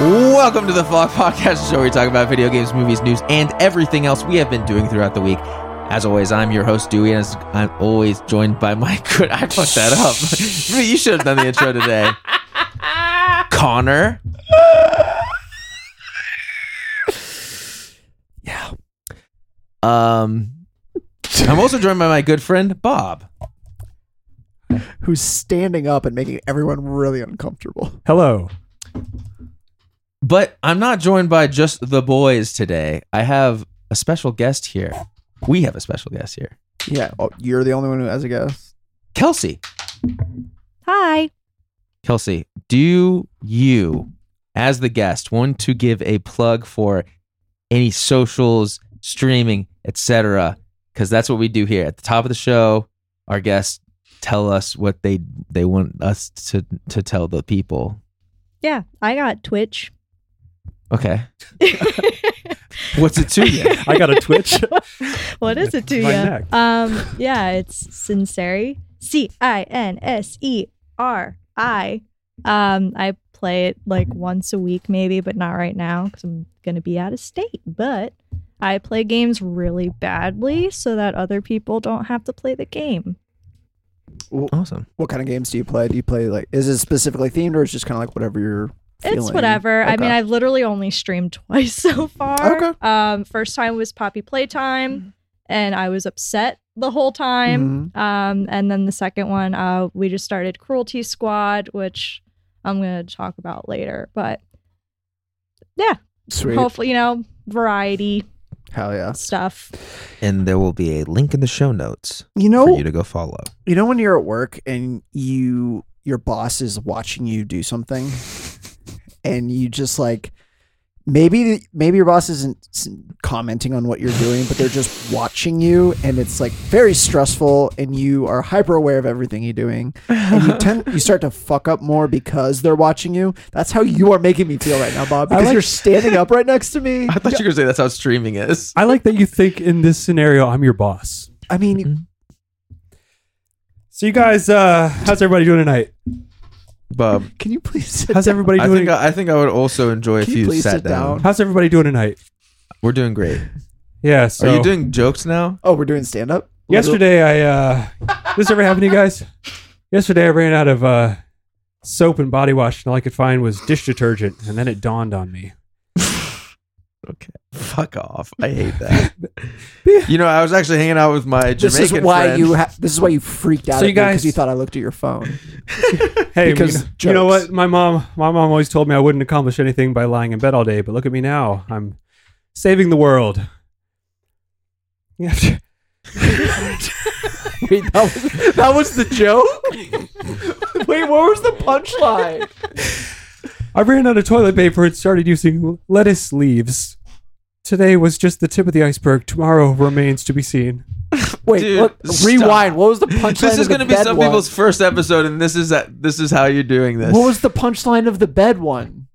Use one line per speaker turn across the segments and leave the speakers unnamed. welcome to the Fog Podcast, show where we talk about video games, movies, news, and everything else we have been doing throughout the week. As always, I'm your host Dewey, and as I'm always joined by my good. I fucked that up. you should have done the intro today, Connor. yeah. Um, I'm also joined by my good friend Bob.
who's standing up and making everyone really uncomfortable.
Hello.
But I'm not joined by just the boys today. I have a special guest here. We have a special guest here.
Yeah, oh, you're the only one who has a guess.
Kelsey.
Hi.
Kelsey, do you, as the guest, want to give a plug for any socials, streaming, etc.? Because that's what we do here at the top of the show. Our guests tell us what they they want us to to tell the people.
Yeah, I got Twitch.
Okay, what's it to you?
I got a Twitch.
what is it to
My
you?
neck.
Um, yeah, it's Sinceri. C I N S E R I. Um, I play it like once a week, maybe, but not right now because I'm gonna be out of state. But I play games really badly so that other people don't have to play the game.
awesome.
What kind of games do you play? Do you play like is it specifically themed or is it just kind of like whatever you're feeling?
It's whatever. I
Okay.
mean, I've literally only streamed twice so far.
Okay.
Um, first time was Poppy Playtime, and I was upset the whole
Mm-hmm.
time. Um, and then the second one, uh, we just started Cruelty Squad, which I'm gonna talk about later. But
Sweet.
hopefully, you know, variety
Hell yeah.
stuff.
And there will be a link in the show notes
You
for
know,
you to go follow.
you know when you're at work and you your boss is watching you do something and you just like maybe maybe your boss isn't s- commenting on what you're doing but they're just watching you and it's like very stressful and you are hyper aware of everything you're doing and you tend you start to fuck up more because they're watching you that's how you are making me feel right now bob
I
because
like-
you're standing up right next to me
I thought you were gonna say that's how streaming is.
I like that you think in this scenario I'm your boss.
i mean
Mm-hmm. So you guys, uh, how's everybody doing tonight?
Bob,
can you please sit
How's
down?
everybody
I
doing?
think uh, I, I think I would also enjoy if
Can you
you
please
sat
sit
down.
down?
how's everybody doing tonight?
We're doing great.
Yeah. So
Are you doing jokes now?
oh we're doing stand up
yesterday? I uh, this ever happened to you guys? Yesterday I ran out of uh, soap and body wash, and all I could find was dish detergent, and then it dawned on me.
Okay. Fuck off. I hate that. you know, I was actually hanging out with my Jamaican
this is why
friend.
you ha- this is why you freaked out
So
at
you
me 'cause
guys-
you thought I looked at your phone.
Hey, you
Because
know, you know
jokes.
what? My mom, my mom always told me I wouldn't accomplish anything by lying in bed all day. But look at me now. I'm saving the world. Yeah.
Wait, that was, that was the joke? Wait, what was the punchline?
I ran out of toilet paper and started using lettuce leaves. Today was just the tip of the iceberg. Tomorrow remains to be seen.
Wait,
Dude,
look,
stop.
rewind. What was the punchline?
This is
going
gonna
to
be some people's first episode, and this is that this is how you're doing this.
What was the punchline of the bed one?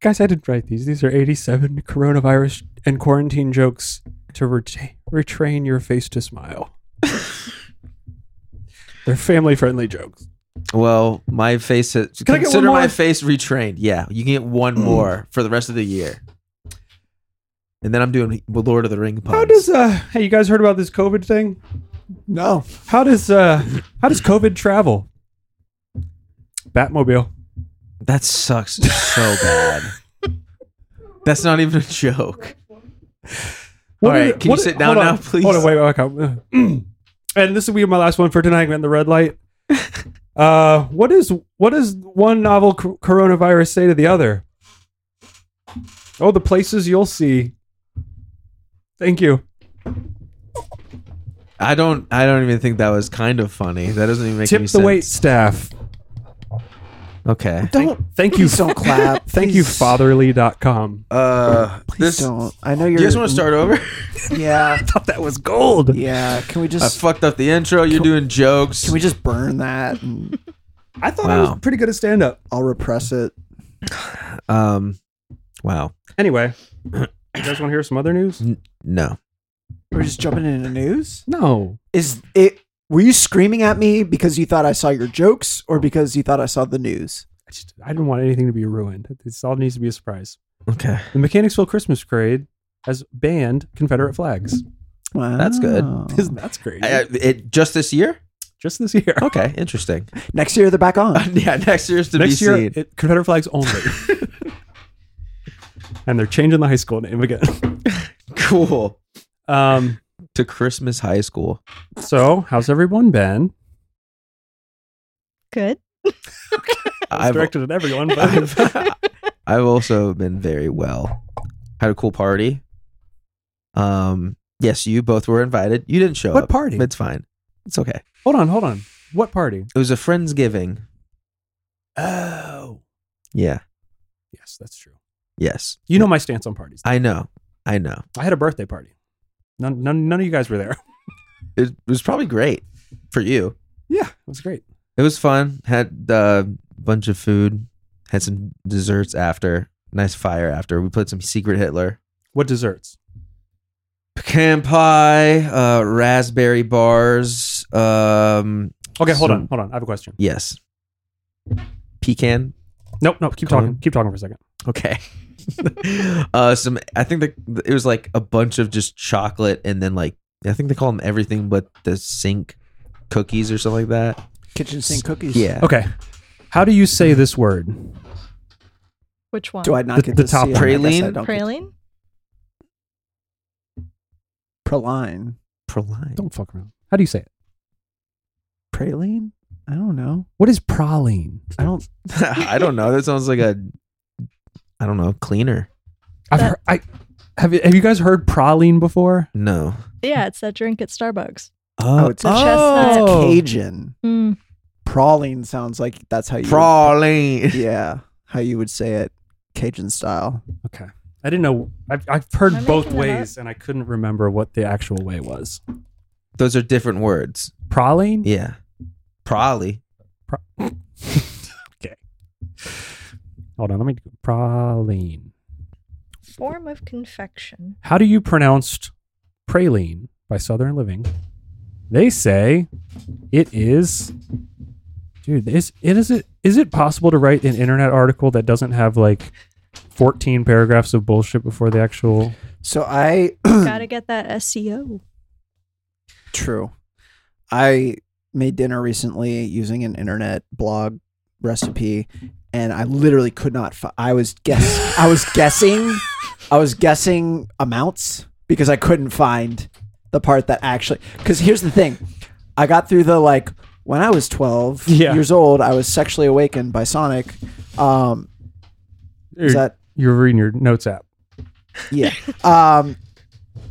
Guys, I didn't write these. These are 87 coronavirus and quarantine jokes to reta- retrain your face to smile. They're family friendly jokes.
well, my face has
Can I get
consider
one
my
more? Mm.
face retrained. Yeah, you can get one more for the rest of the year. And then I'm doing Lord of the Ring puns.
How does uh hey you guys heard about this COVID thing?
No.
How does uh how does COVID travel? Batmobile.
that sucks so bad. That's not even a joke. All right, can you sit down
hold
now,
on,
please?
Hold on, wait, wait, okay. and this will be my last one for tonight. I'm in the red light. Uh, what is what does one novel c- coronavirus say to the other? Oh, the places you'll see. Thank you.
I don't. I don't even think that was kind of funny. That doesn't even make
Tip
any
the
sense.
wait staff.
Okay.
Don't.
Thank you.
Please don't clap.
Thank you,
Please-
fatherly.com.
Uh,
Please
this.
don't. I know you're.
You guys want to start over?
Yeah.
Thought that was gold.
Yeah. Can we
I
just.
fucked up the intro. You're doing jokes.
Can we just burn that and
I thought I
Wow.
was pretty good at stand up.
I'll repress it?
um, wow.
Anyway, you guys want to hear some other news?
No.
We're just jumping into news?
No.
Is it. Were you screaming at me because you thought I saw your jokes or because you thought I saw the news?
I just I didn't want anything to be ruined. This all needs to be a surprise.
Okay.
The Mechanicsville Christmas Parade has banned Confederate flags.
Wow.
That's good.
Isn't that's crazy?
Uh, it just this year?
Just this year.
Okay, interesting.
Next year they're back on.
yeah, next year's to
Next
be
year,
seen.
it, Confederate flags only. and they're changing the high school name again.
Cool.
Um,
To Christmas High School.
so how's everyone been?
Good.
It's
I've,
directed at everyone, but
I've, I've also been very well. Had a cool party. Um. Yes, you both were invited. You didn't show
What
up.
party?
It's fine. It's okay.
hold on, hold on. What party?
It was a friendsgiving.
Oh,
Yeah.
yes, that's true.
Yes.
You know my stance on parties.
I know. I know.
I had a birthday party. None, none, none of you guys were there.
It was probably great for you.
Yeah, it was great.
It was fun. Had a bunch of food. Had some desserts after. Nice fire after. We played some Secret Hitler.
What desserts?
Pecan pie, uh, raspberry bars. Um,
Okay, hold
So-
on, hold on. I have a question.
yes. Pecan.
Nope, nope. Keep
Colin?
talking. Keep talking for a second.
Okay. uh, some. I think the, it was like a bunch of just chocolate, and then like I think they call them everything but the sink cookies or something like that.
Kitchen sink cookies.
Yeah.
Okay, how do you say this word?
Which one?
Do I not
The-
get
the
to
top
see it? I guess
praline?
I don't get-
Praline?
Praline.
Praline.
Don't fuck around. How do you say it?
Praline? I don't know.
What is praline?
I don't.
I don't know. That sounds like a I don't know, cleaner.
I've
That-
heard, I have. You, have you guys heard praline before?
No.
Yeah, it's that drink at Starbucks.
Uh,
Oh, it's
a
It's
chestnut.
Cajun.
Mm.
Praline sounds like that's how you.
Praline.
Yeah, how you would say it, Cajun style.
Okay, I didn't know. I've, I've heard
Am I
both
making that
ways, and I couldn't remember what the actual way was.
Those are different words.
Praline.
Yeah. Probably.
Hold on, let me do praline.
Form of confection.
How do you pronounce praline by Southern Living? They say it is. Dude, is it is it is it possible to write an internet article that doesn't have like fourteen paragraphs of bullshit before the actual?
So I
Gotta get that E SEO.
True. I made dinner recently using an internet blog recipe, and I literally could not. Fi- I was guess. I was guessing. I was guessing amounts because I couldn't find the part that actually. Because here's the thing, I got through the like when I was 12
Yeah.
years old, I was sexually awakened by Sonic. Um, is that
You're reading your notes app.
yeah um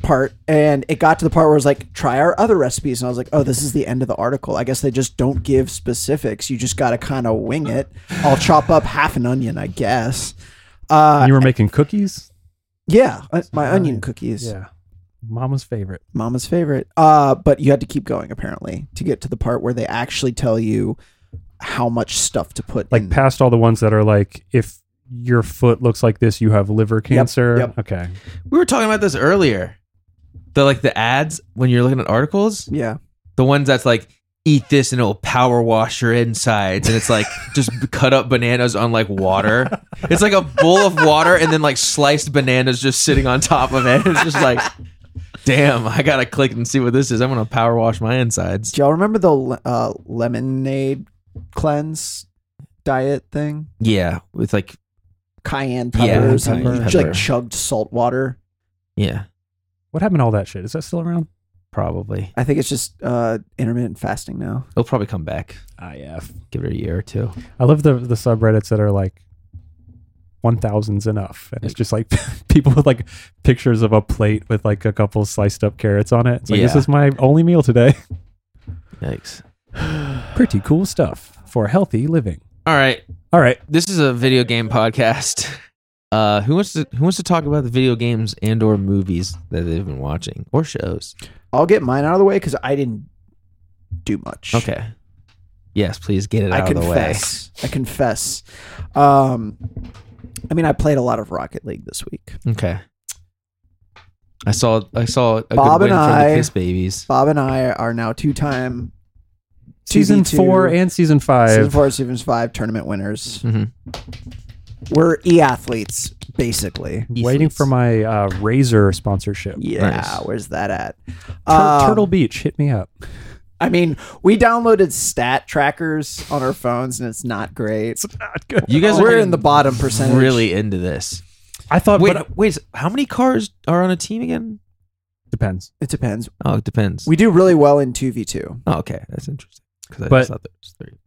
part and it got to the part where it was like try our other recipes and i was like oh this is the end of the article i guess they just don't give specifics you just gotta kind of wing it i'll chop up half an onion i guess uh
you were making cookies.
yeah uh, my onion
Nice.
cookies
Yeah, mama's favorite.
mama's favorite uh but you had to keep going apparently to get to the part where they actually tell you how much stuff to put
Like
in.
past all the ones that are like, if your foot looks like this, you have liver cancer.
yep.
Okay,
We were talking about this earlier. The like the ads when you're looking at articles,
yeah
the ones that's like eat this and it'll power wash your insides and it's like just cut up bananas on like water. It's like a bowl of water and then like sliced bananas just sitting on top of it. It's just like damn, I got to click and see what this is. I'm going to power wash my insides.
do y'all remember the le- uh lemonade cleanse diet thing
Yeah, with like
cayenne
Yeah,
peppers and
pepper.
you just,
Pepper.
like chugged salt water.
yeah,
what happened to all that shit? Is that still around?
probably.
I think it's just uh, intermittent fasting now.
It'll probably come back.
Ah,
IF.
Give it a year or two.
I love the the subreddits that are like one thousand's enough, and it's just like people with like pictures of a plate with like a couple sliced up carrots on it. It's like this
Yeah.
is my only meal today.
Yikes.
Pretty cool stuff for healthy living.
All right.
All right,
This is a video game podcast. Uh, who wants to who wants to talk about the video games and or movies that they've been watching or shows?
I'll get mine out of the way because I didn't do much.
Okay. Yes, please get it
I
out of the way.
confess. I confess. Um, I mean, I played a lot of Rocket League this week.
Okay. I saw I saw a
Bob
good win
and
from
I-
the Kiss Babies.
Bob and I are now two time
season
2D2,
four and season five.
season four, season five tournament winners.
Mhm.
We're e athletes, basically.
Waiting for my uh, Razor sponsorship.
Yeah,
Nice.
where's that at?
Tur-
Um,
Turtle Beach, hit me up.
I mean, we downloaded stat trackers on our phones, and it's not great.
Not good.
You guys are
We're
getting
in the bottom percentage.
Really into this.
I thought.
Wait,
but, uh,
wait. How many cars are on a team again?
depends.
it depends.
Oh, it depends.
We do really well in two v two.
oh, okay, that's interesting. 'Cause I
But-
just thought there was three.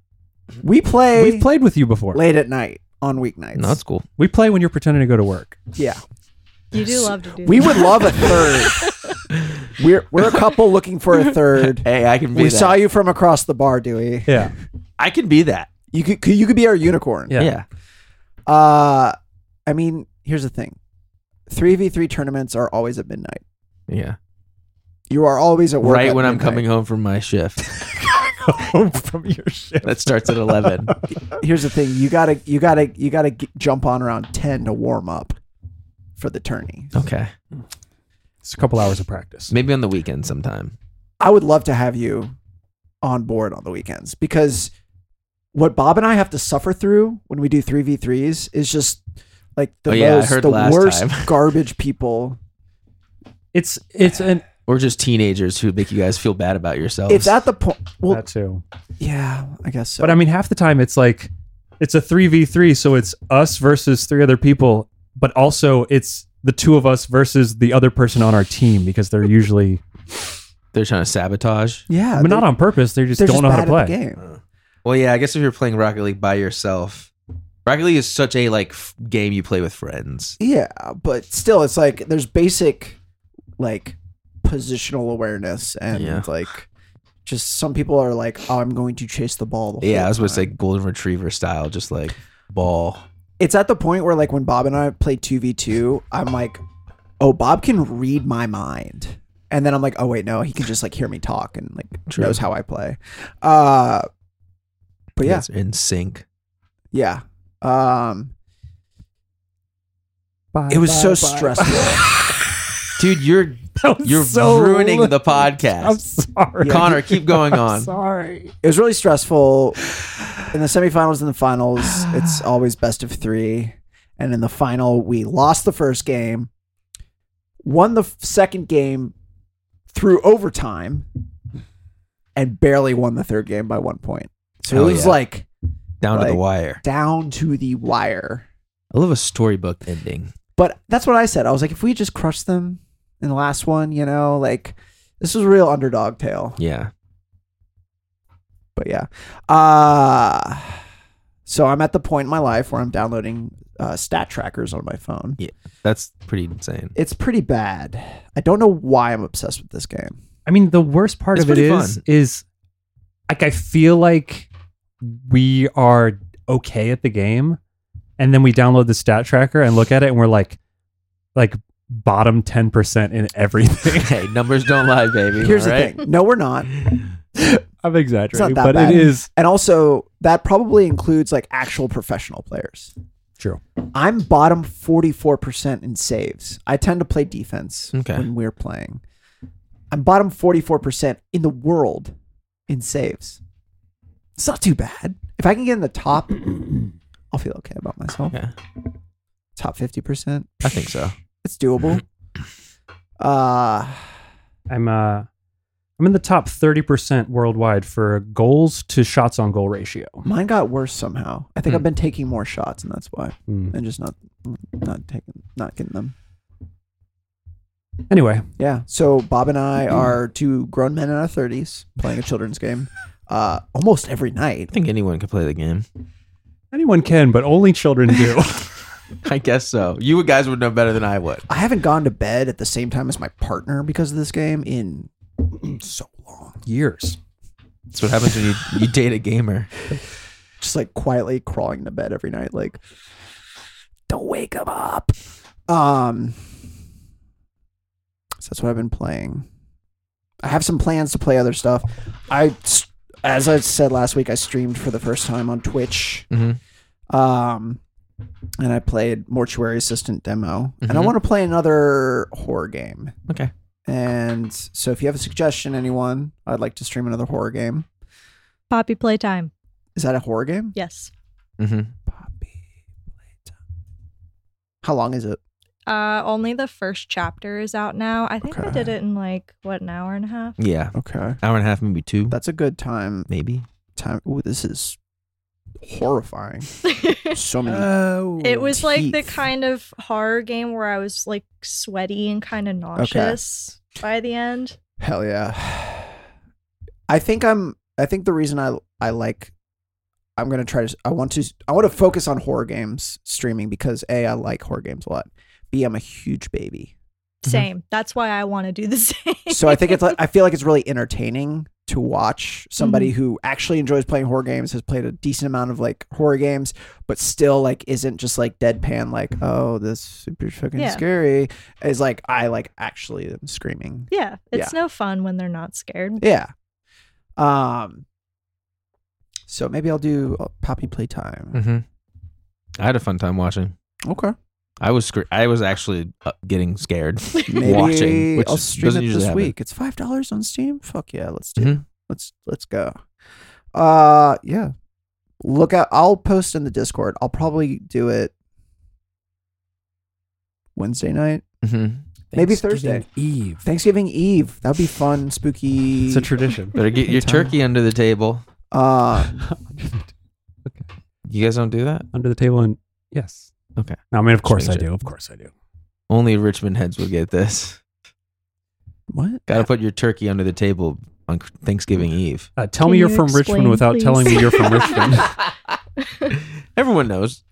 We play
We've played with you before.
late at night on weeknights.
No, that's cool.
We play when you're pretending to go to work.
yeah,
You do love to do
we
that.
would love a third. we're we're a couple looking for a third.
Hey, I can be
We
that.
saw you from across the bar, Dewey.
Yeah.
I can be that.
You could you could be our unicorn.
Yeah.
yeah.
Uh, I mean, here's the thing: three v three tournaments are always at midnight.
Yeah.
You are always at work
Right
at
when I'm
midnight.
coming home from my shift.
Home from your ship.
that starts at 11.
Here's the thing: you gotta you gotta you gotta g jump on around ten to warm up for the tourney.
Okay.
It's a couple hours of practice.
Maybe on the weekend sometime.
I would love to have you on board on the weekends because what Bob and I have to suffer through when we do three v threes is just like the
Oh, yeah, I
most,
heard
the
last
worst
time.
garbage people.
It's it's an
Or just teenagers who make you guys feel bad about yourselves.
It's at the point. Well,
that too.
yeah, I guess so.
But I mean, half the time it's like it's a three v three, so it's us versus three other people, but also it's the two of us versus the other person on our team because they're usually
They're trying to sabotage.
yeah,
I mean, not
they-
on purpose. They just
they're
don't know
bad
how to
at the
play.
game.
Well, yeah, I guess if you're playing Rocket League by yourself, Rocket League is such a like f- game you play with friends.
Yeah, but still, it's like there's basic like positional awareness and
Yeah.
like just some people are like, oh, I'm going to chase the ball. The
Yeah,
whole
I was about to
time."
say golden retriever style, just like ball.
it's at the point where like when Bob and I play 2v2, I'm like, oh, Bob can read my mind. And then I'm like, oh wait, no, he can just like hear me talk and like
True.
knows how I play. Uh but
You
yeah,
guys are in sync.
yeah. Um it was so stressful.
Dude, you're you're ruining the podcast.
I'm sorry,
Connor, keep going on.
Sorry.
it was really stressful. In the semifinals and the finals, it's always best of three. And in the final, we lost the first game, won the f- second game through overtime, and barely won the third game by one point. So
Hell
it was
yeah.
like
Down to the
Like-
wire.
down to the wire.
I love a storybook ending.
But that's what I said. I was like, if we just crushed them in the last one, you know, like this was a real underdog tale.
Yeah.
but yeah. Uh, so I'm at the point in my life where I'm downloading uh, stat trackers on my phone.
That's pretty insane.
It's pretty bad. I don't know why I'm obsessed with this game.
I mean, the worst part
It's
of it
pretty
is
fun.
is like I feel like we are okay at the game, and then we download the stat tracker and look at it, and we're like, like bottom ten percent in everything.
hey, numbers don't lie, baby.
Here's
all right?
the thing. No, we're not.
I'm exaggerating,
that
but
bad.
it is
And also, that probably includes like actual professional players.
true.
I'm bottom 44% in saves. I tend to play defense
Okay.
when we're playing. I'm bottom 44% in the world in saves. It's not too bad. If I can get in the top, I'll feel okay about myself.
Yeah,
Top 50%,
I think so.
it's doable.
Mm-hmm.
Uh,
I'm uh, I'm in the top thirty percent worldwide for goals to shots on goal ratio.
mine got worse somehow. I think
Hmm.
I've been taking more shots, and that's why.
Hmm.
And just not, not taking, not getting them.
Anyway,
Yeah. So Bob and I are two grown men in our thirties playing a children's game, uh, almost every night.
I think anyone could play the game.
anyone can, but only children do.
I guess so. You guys would know better than I would.
I haven't gone to bed at the same time as my partner because of this game in so long.
Years.
That's what happens when you, you date a gamer.
Just like quietly crawling to bed every night, like don't wake him up. Um, so that's what I've been playing. I have some plans to play other stuff. I, s- as I said last week, I streamed for the first time on Twitch.
Mhm.
Um, and I played Mortuary Assistant demo, and I
Mhm.
want to play another horror game.
Okay.
And so, if you have a suggestion, anyone, I'd like to stream another horror game.
Poppy Playtime.
Is that a horror game?
Yes.
hmm
How long is it?
Uh, only the first chapter is out now. I think I
Okay.
did it in like what an hour and a half.
Yeah,
Okay.
hour and a half, maybe two,
That's a good time.
maybe.
Time. Ooh, this is horrifying. So many.
Oh,
it was like the
teeth.
kind of horror game where I was like sweaty and kind of nauseous by the end.
Hell yeah. I think I'm I think the reason I I like I'm going to try to I want to I want to focus on horror games streaming because A I like horror games a lot. B I'm a huge baby.
Mhm.
Same. That's why I want to do the same.
So I think it's like I feel like it's really entertaining to watch somebody who actually enjoys playing horror games has played a decent amount of like horror games but still like isn't just like deadpan like oh this is super fucking
Yeah.
scary is like I like actually am screaming.
yeah, it's no fun when they're not scared.
Yeah. Um. So maybe I'll do uh, Poppy Playtime.
hmm I had a fun time watching.
Okay.
I was scr- I was actually uh, getting scared
Maybe
watching, which
I'll stream
doesn't
it
usually
this
happen.
week. It's five dollars on Steam. Fuck yeah, let's do. It.
Mhm.
Let's let's go. Uh, yeah. Look out. I'll post in the Discord. I'll probably do it Wednesday night,
Mhm.
maybe Thursday.
Eve.
Thanksgiving Eve. That'd be fun, spooky.
It's a tradition.
Better get your
Anytime.
turkey under the table.
uh,
You guys don't do that.
Under the table and yes.
Okay.
No, I mean, of course I
Change it.
do. Of course I do.
Only Richmond heads would get this.
what?
Got to put your turkey under the table on C- Thanksgiving Eve.
Uh, tell
Can
me you're
you
from
explain,
Richmond without
please?
telling me you're from Richmond.
Everyone knows.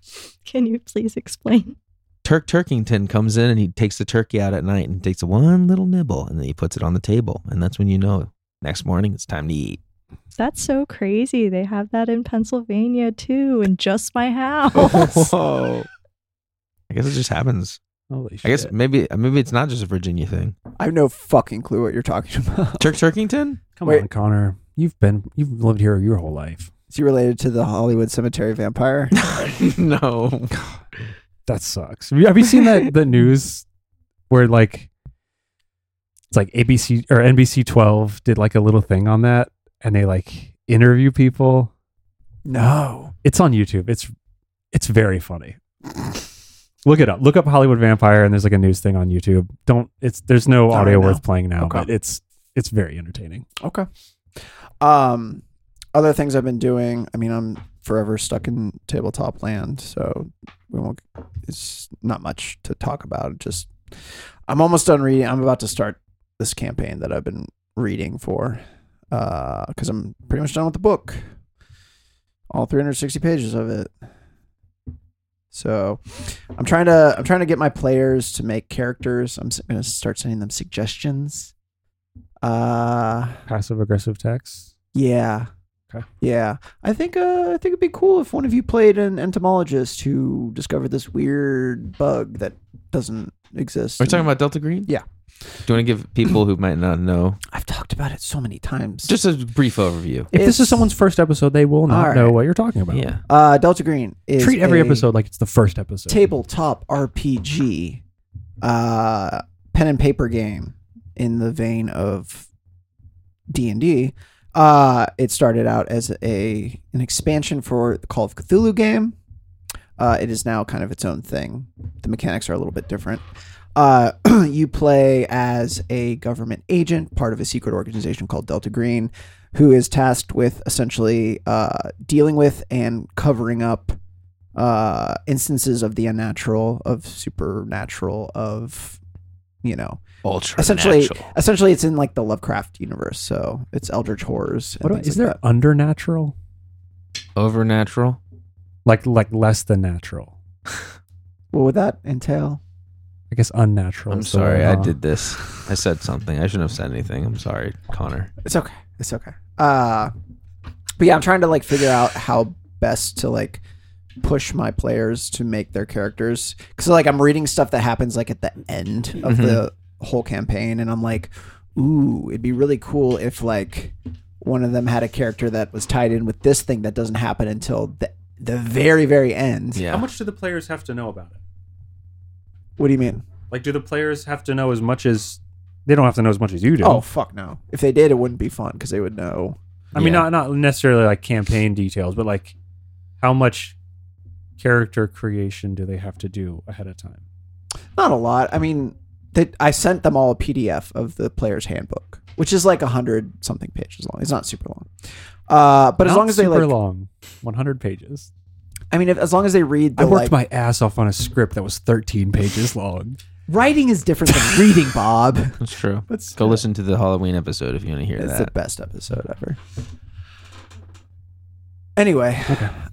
Can you please explain?
Turk Turkington comes in and he takes the turkey out at night and takes one little nibble and then he puts it on the table. And that's when you know next morning it's time to eat.
That's so crazy. They have that in Pennsylvania too, in just my house.
Whoa. I guess it just happens.
Holy shit.
I guess maybe uh, maybe it's not just a Virginia thing.
I have no fucking clue what you're talking about.
Turk Turkington?
Come
Wait.
on, Connor. You've been you've lived here your whole life.
Is he related to the Hollywood Cemetery vampire?
no.
That sucks. Have you, have you seen that the news where like it's like ABC or NBC 12 did like a little thing on that and they like interview people.
No.
It's on YouTube. It's it's very funny. Look it up. Look up Hollywood Vampire and there's like a news thing on YouTube. Don't it's there's no
Not
audio
right now.
worth playing now,
Okay.
but it's it's very entertaining.
Okay. Um, other things I've been doing. I mean, I'm forever stuck in tabletop land, so we won't. It's not much to talk about. Just, I'm almost done reading. I'm about to start this campaign that I've been reading for, because I'm pretty much done with the book. All 360 pages of it. So, I'm trying to I'm trying to get my players to make characters. I'm going to start sending them suggestions. Uh
Passive aggressive text.
yeah.
Okay.
Yeah. I think uh, I think it'd be cool if one of you played an entomologist who discovered this weird bug that doesn't exist.
Are we talking
And
about Delta Green?
Yeah.
Do you want to give people who might not know
I've talked about it so many times.
just a brief overview?
If this
It's-
is someone's first episode, they will not
All
know
right.
what you're talking about.
Yeah.
uh, Delta Green is
Treat every
a
episode like it's the first episode.
tabletop RPG, uh, pen and paper game in the vein of D and D. Uh, it started out as a an expansion for the Call of Cthulhu game. Uh, it is now kind of its own thing. The mechanics are a little bit different. Uh, you play as a government agent, part of a secret organization called Delta Green, who is tasked with essentially uh, dealing with and covering up uh, instances of the unnatural, of supernatural, of you know,
Ultra.
essentially, essentially, it's in like the Lovecraft universe. So it's Eldritch horrors. And
What about,
things
is
like
there undernatural?
Overnatural.
Like like less than natural?
that. What would that entail?
I guess unnatural.
I'm
is the word,
sorry. I
huh?
did this. I said something. I shouldn't have said anything. I'm sorry, Connor.
It's okay. It's okay. Uh, but yeah, I'm trying to like figure out how best to like push my players to make their characters because like I'm reading stuff that happens like at the end of the whole campaign, and I'm like, ooh, it'd be really cool if like one of them had a character that was tied in with this thing that doesn't happen until the the very very end.
Yeah.
How much do the players have to know about it?
What do you mean?
Like, do the players have to know as much as they don't have to know as much as you do?
Oh fuck no! If they did, it wouldn't be fun because they would know
I mean,
Yeah.
not not necessarily like campaign details, but like how much character creation do they have to do ahead of time?
Not a lot. I mean, they, I sent them all a PDF of the player's handbook, which is like a hundred something pages long. It's not super long, uh, but as
Not
long as they
super
like,
long, 100 pages.
I mean, if, as long as they read, the,
I worked
like,
my ass off on a script that was 13 pages long.
writing is different than reading. Bob,
That's true.
Let's
Go listen to the Halloween episode if you want to hear
it's the
that.
best episode ever. Anyway,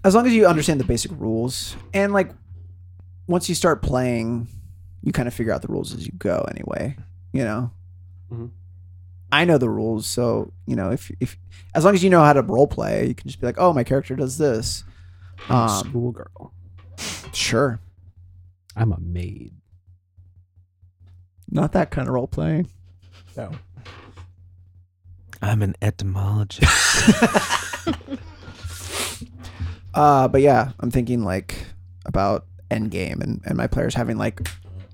as long as you understand the basic rules and like, once you start playing, you kind of figure out the rules as you go. Anyway, you know.
Mhm.
I know the rules, so you know if if as long as you know how to role play, you can just be like, oh, my character does this. Um,
Schoolgirl.
sure,
I'm a maid.
not that kind of role playing.
No.
I'm an etymologist.
Uh, but yeah, I'm thinking like about Endgame and and my players having like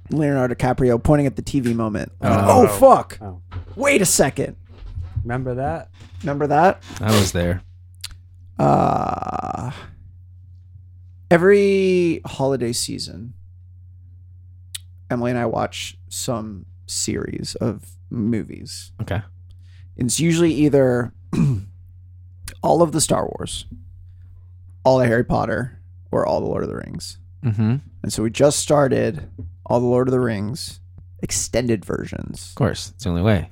Leonardo DiCaprio pointing at the TV moment. Like,
Oh.
oh fuck!
Oh.
Wait a second.
Remember that?
Remember that?
I was there.
uh every holiday season emily and i watch some series of movies
Okay.
it's usually either all of the star wars all the harry potter or all the lord of the rings
Mm-hmm.
and so we just started all the lord of the rings extended versions
Of course, it's the only way.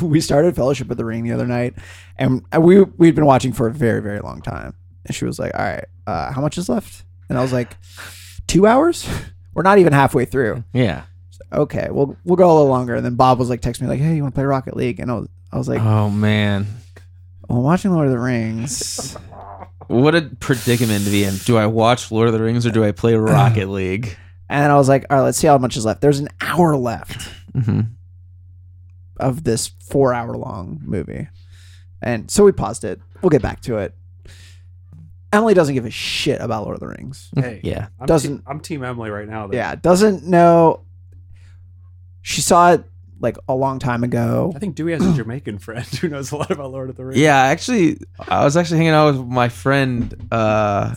we started Fellowship of the Ring the other night, and we we'd been watching for a very very long time. And she was like, "All right, uh, how much is left?" And I was like, two hours? We're not even halfway through."
Yeah.
Okay, we'll we'll go a little longer." And then Bob was like, "Text me like, hey, you want to play Rocket League?" And I was I was like,
oh man,
"Well, I'm watching Lord of the Rings."
what a predicament to be in. Do I watch Lord of the Rings or do I play Rocket League?
And I was like, "All right, let's see how much is left." There's an hour left
Mm-hmm.
of this four hour long movie, and so we paused it. We'll get back to it. Emily doesn't give a shit about Lord of the Rings.
Hey.
Yeah.
I'm
Doesn't-
te- I'm Team Emily right now. Though.
yeah doesn't know she saw it like a long time ago
I think Dewey has a Jamaican friend who knows a lot about Lord of the Rings.
Yeah. Actually, I was actually hanging out with my friend. Uh,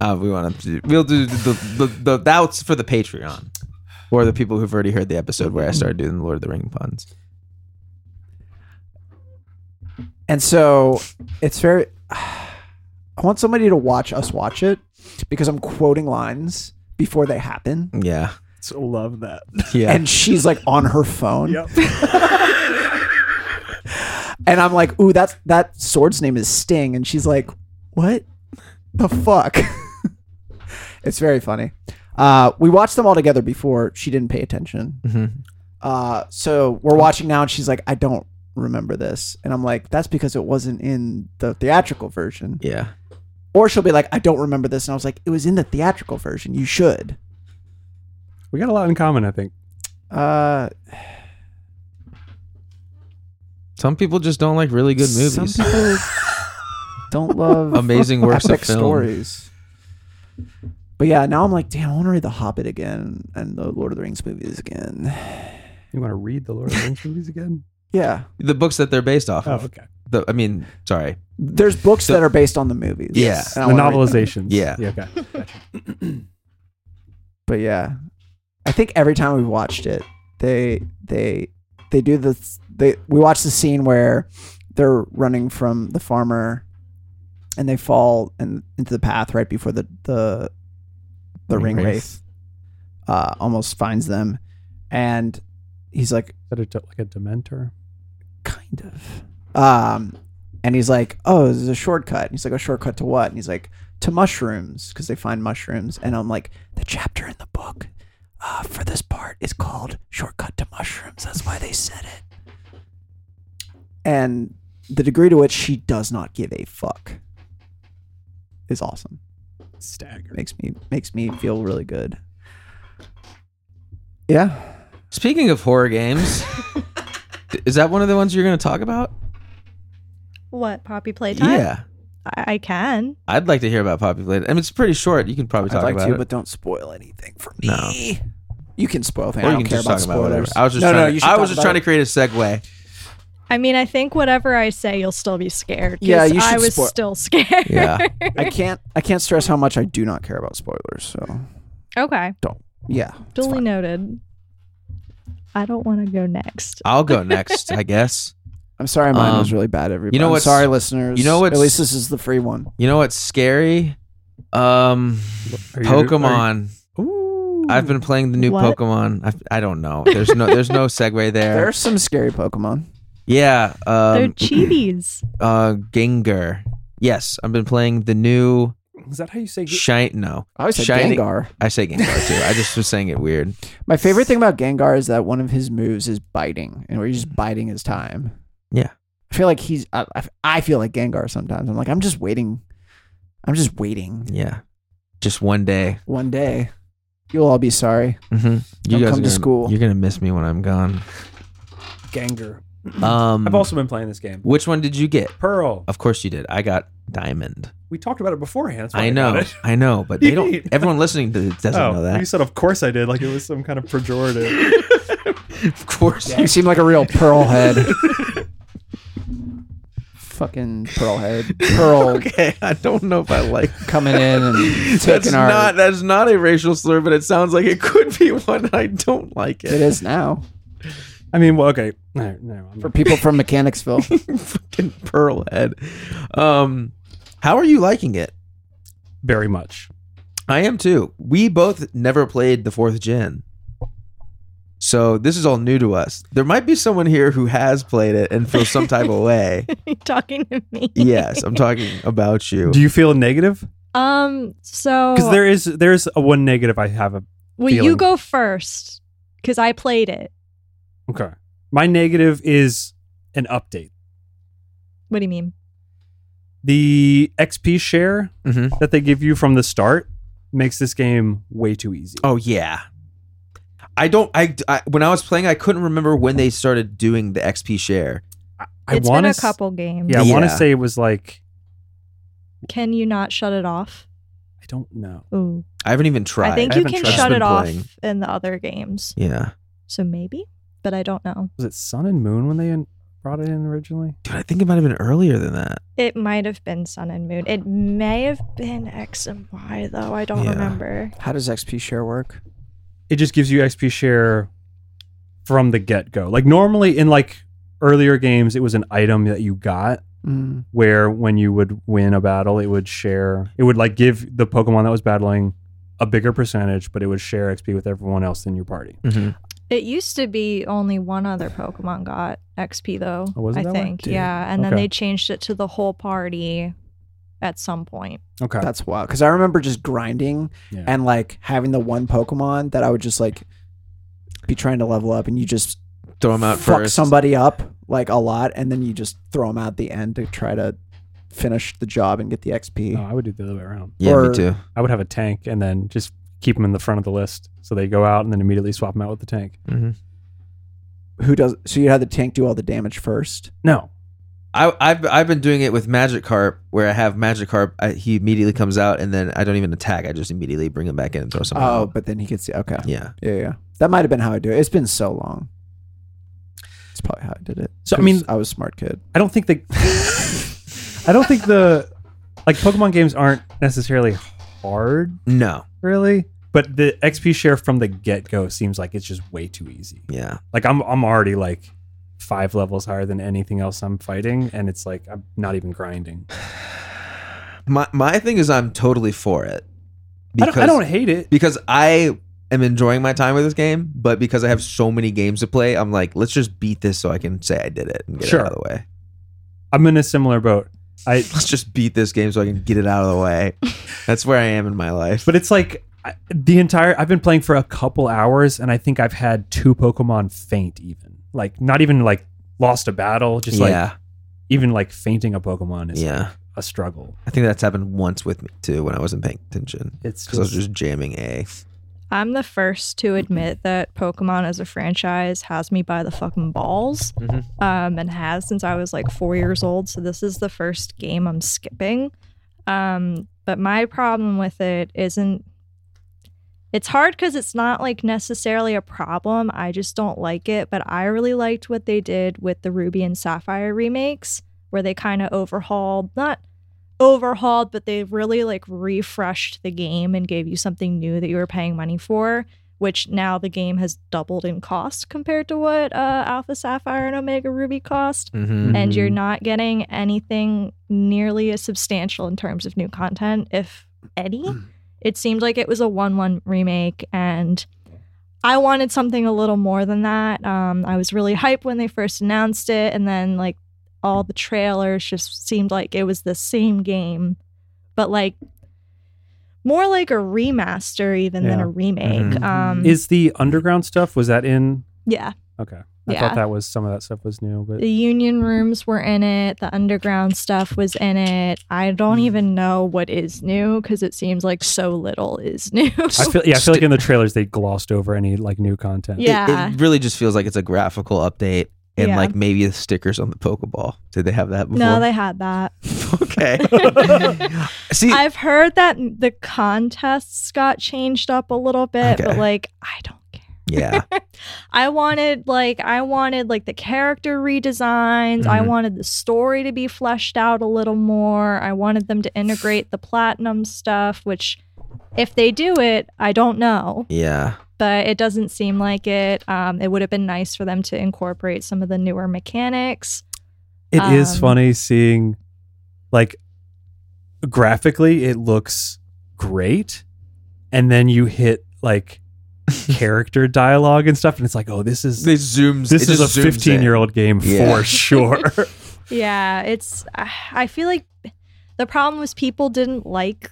uh we want to. We'll do the, the, the that's for the Patreon. Or the people who've already heard the episode where I started doing the Lord of the Ring puns.
and so it's very i want somebody to watch us watch it because i'm quoting lines before they happen
Yeah.
So love that.
Yeah.
and she's like on her phone
Yep.
and i'm like ooh that's that sword's name is sting and she's like what the fuck it's very funny uh, we watched them all together before she didn't pay attention
Mhm.
Uh, so we're watching now, and she's like, I don't remember this. And I'm like, that's because it wasn't in the theatrical version.
Yeah.
Or she'll be like, I don't remember this. And I was like, it was in the theatrical version. You should.
We got a lot in common, I think.
Uh,
Some people just don't like really good movies.
Some people don't love
Amazing works of
epic
film.
stories. But yeah, now I'm like, damn, I want to read The Hobbit again and the Lord of the Rings movies again.
You want to read the Lord of the Rings movies again?
Yeah.
The books that they're based off
Oh,
of.
okay.
The, I mean, sorry.
There's books
The-
that are based on the movies.
Yeah.
And I
the
wanna read them.
novelizations.
Yeah.
yeah. Okay.
but yeah i think every time we watched it they they they do this they we watched the scene where they're running from the farmer and they fall in, into the path right before the the the
Ring
ring,
wraith.
wraith uh almost finds them and he's like
Is that a, de- like a Dementor?
kind of um and he's like oh this is a shortcut and he's like a shortcut to what and he's like to mushrooms because they find mushrooms and i'm like the chapter in the book uh, for this part is called shortcut to mushrooms that's why they said it and the degree to which she does not give a fuck is awesome
Stagger.
makes me makes me feel really good yeah
Speaking of horror games, is that one of the ones you're going to talk about?
What Poppy playtime?
Yeah.
I, I can.
I'd like to hear about Poppy Blade. I mean, it's pretty short. You can probably
i'd
talk
like
about
to
it.
but don't spoil anything for me
No.
you can spoil things.
Or
I
you
don't
can
care
just
about
talk about whatever.
spoilers.
I was just
no,
trying
no,
to,
you should
I
talk
was just
about
trying
it.
to create a segue.
I mean, I think whatever I say, you'll still be scared. 'cause
Yeah, you should
I was
spoil-
still scared.
Yeah.
I can't. I can't stress how much I do not care about spoilers. So
okay.
yeah, it's
Duly
fine.
noted. I don't want to go next.
I'll go next, I guess.
I'm sorry, mine was
Um,
really bad. Everybody,
you know
I'm
what's-
sorry, listeners.
you know
At
what's-
least this is the free one.
You know what's scary? Um,
Are you- are
Pokemon.
you- Ooh.
I've been playing the new
What?
Pokemon. I, I don't know. There's no there's no segue there.
There are some scary Pokemon.
yeah.
They're
Um,
chibis.
uh, Gengar. Yes, I've been playing the new
Is that how you say?
Shine. No,
I always said
Shiny-
Gengar.
I say Gengar too. I just was saying it weird.
My favorite thing about Gengar is that one of his moves is biting, and where he's just biting his time.
Yeah.
I feel like he's. I, I- I feel like Gengar sometimes. I'm like, I'm just waiting. I'm just waiting.
Yeah, just one day.
One day, you'll all be sorry.
hmm You
Don't
guys
come
are
to
gonna-
school.
You're gonna miss me when I'm gone.
Gengar.
Um,
I've also been playing this game.
Which one did you get?
Pearl.
Of course you did. I got Diamond.
We talked about it beforehand. That's why
I
got
know,
it.
I know, but they don't. Everyone listening to this doesn't
oh,
know
you
that.
said, of course I did. Like it was some kind of pejorative.
Of course,
You seem like a real pearl head. Fucking pearl head. Pearl
okay. I don't know if I like.
coming in and
That's
taking our.
not that's not a racial slur, but it sounds like it could be one. I don't like
it
it.
is now
I mean, well, okay. No, no, I'm
for
not.
people from Mechanicsville.
Fucking pearl head. Um, how are you liking it?
very much.
I am too. We both never played the fourth gen. So this is all new to us. There might be someone here who has played it and feels some type of way.
You're talking to me.
Yes, I'm talking about you. Oh.
Do you feel negative?
Um. So.
Because there is there is a one negative I have. A,
Will
feeling.
you go first? Because I played it.
okay, my negative is an update.
What do you mean?
The XP share
Mhm.
that they give you from the start makes this game way too easy.
Oh yeah. I don't. I, I when I was playing, I couldn't remember when they started doing the XP share.
I,
It's
I
been
wanna
a
s-
couple games.
Yeah, I want to
Yeah.
say it was like
Can you not shut it off?
I don't know.
Ooh.
I haven't even tried.
I think
I
you
haven't
can
tried.
shut
Been
it off
playing.
in the other games.
yeah,
So maybe, but I don't know.
Was it Sun and Moon when they in, brought it in originally?
dude. I think it might have been earlier than that.
It might have been Sun and Moon. It may have been X and Y though. I don't
Yeah.
remember.
How does XP share work?
It just gives you XP share from the get go. Like normally in like earlier games, it was an item that you got.
Mm.
where when you would win a battle, it would share, it would like give the Pokemon that was battling a bigger percentage, but it would share XP with everyone else in your party.
It used to be only one other Pokemon got XP though.
Oh, was it
I
that way?
think.
Dude.
Yeah. And then
Okay.
they changed it to the whole party at some point.
Okay.
That's wild. Because I remember just grinding
Yeah.
and like having the one Pokemon that I would just like be trying to level up, and you just
Throw them out
fuck
first.
somebody up like a lot, and then you just throw them out at the end to try to finish the job and get the XP.
No, I would do the other way around.
Yeah,
or-
me too.
I would have a tank and then just keep them in the front of the list. So they go out and then immediately swap them out with the tank.
hmm
Who does? So you had the tank do all the damage first.
No.
I, I've I've been doing it with Magikarp, where I have Magikarp. I, he immediately comes out, and then I don't even attack. I just immediately bring him back in and throw something.
Oh,
out.
but then he gets the okay.
yeah.
Yeah, yeah. That might have been how I do it. It's been so long. It's probably how I did it.
So, I
'Cause
mean-
I was a smart kid.
I don't think they, I don't think the, like Pokemon games aren't necessarily hard
No.
really, but the XP share from the get go seems like it's just way too easy.
Yeah.
like I'm I'm already like five levels higher than anything else I'm fighting, and it's like I'm not even grinding.
My my thing is, I'm totally for it
I don't, I don't hate it.
because I am enjoying my time with this game, but because I have so many games to play, I'm like, let's just beat this so I can say I did it and get
Sure.
it out of the way.
I'm in a similar boat. I
Let's just beat this game so I can get it out of the way. That's where I am in my life.
but it's like I, the entire I've been playing for a couple hours, and I think I've had two Pokemon faint even like not even like lost a battle, just like
yeah,
even like fainting a Pokemon is
yeah.
a struggle.
I think that's happened once with me too when I wasn't paying attention
It's
because I was
just,
just jamming A.
I'm the first to admit that Pokemon as a franchise has me by the fucking balls
Mhm.
um, and has since I was like four years old. So this is the first game I'm skipping. Um, but my problem with it isn't It's hard because it's not like necessarily a problem. I just don't like it. But I really liked what they did with the Ruby and Sapphire remakes, where they kind of overhauled, not overhauled, but they really like refreshed the game and gave you something new that you were paying money for, which now the game has doubled in cost compared to what uh, Alpha Sapphire and Omega Ruby cost
Mm-hmm.
and you're
Mhm.
not getting anything nearly as substantial in terms of new content, if any. It seemed like it was a 1 1 remake, and I wanted something a little more than that. Um, I was really hyped when they first announced it, and then like all the trailers just seemed like it was the same game, but like more like a remaster even than
Yeah.
a remake.
Mhm.
Um,
Is the underground stuff was that in?
yeah.
Okay, I
Yeah.
thought that was some of that stuff was new, but
The union rooms were in it. The underground stuff was in it. I don't even know what is new because it seems like so little is new.
I feel yeah, I feel like in the trailers they glossed over any like new content.
It-
Yeah.
It, really just feels like it's a graphical update and
Yeah.
like maybe the stickers on the Pokeball. Did they have that before?
no, they had that.
okay. See,
I've heard that the contests got changed up a little bit,
Okay.
but like I don't care.
yeah.
I wanted like I wanted like the character redesigns. I
Mhm.
wanted the story to be fleshed out a little more. I wanted them to integrate the platinum stuff, which if they do it, I don't know.
Yeah.
but it doesn't seem like it. Um, it would have been nice for them to incorporate some of the newer mechanics.
It is
Um,
funny seeing, like, graphically it looks great, and then you hit like character dialogue and stuff, and it's like, oh, this is
It zooms.
this is a fifteen year old game
Yeah.
for sure.
Yeah, it's. I I feel like the problem was people didn't like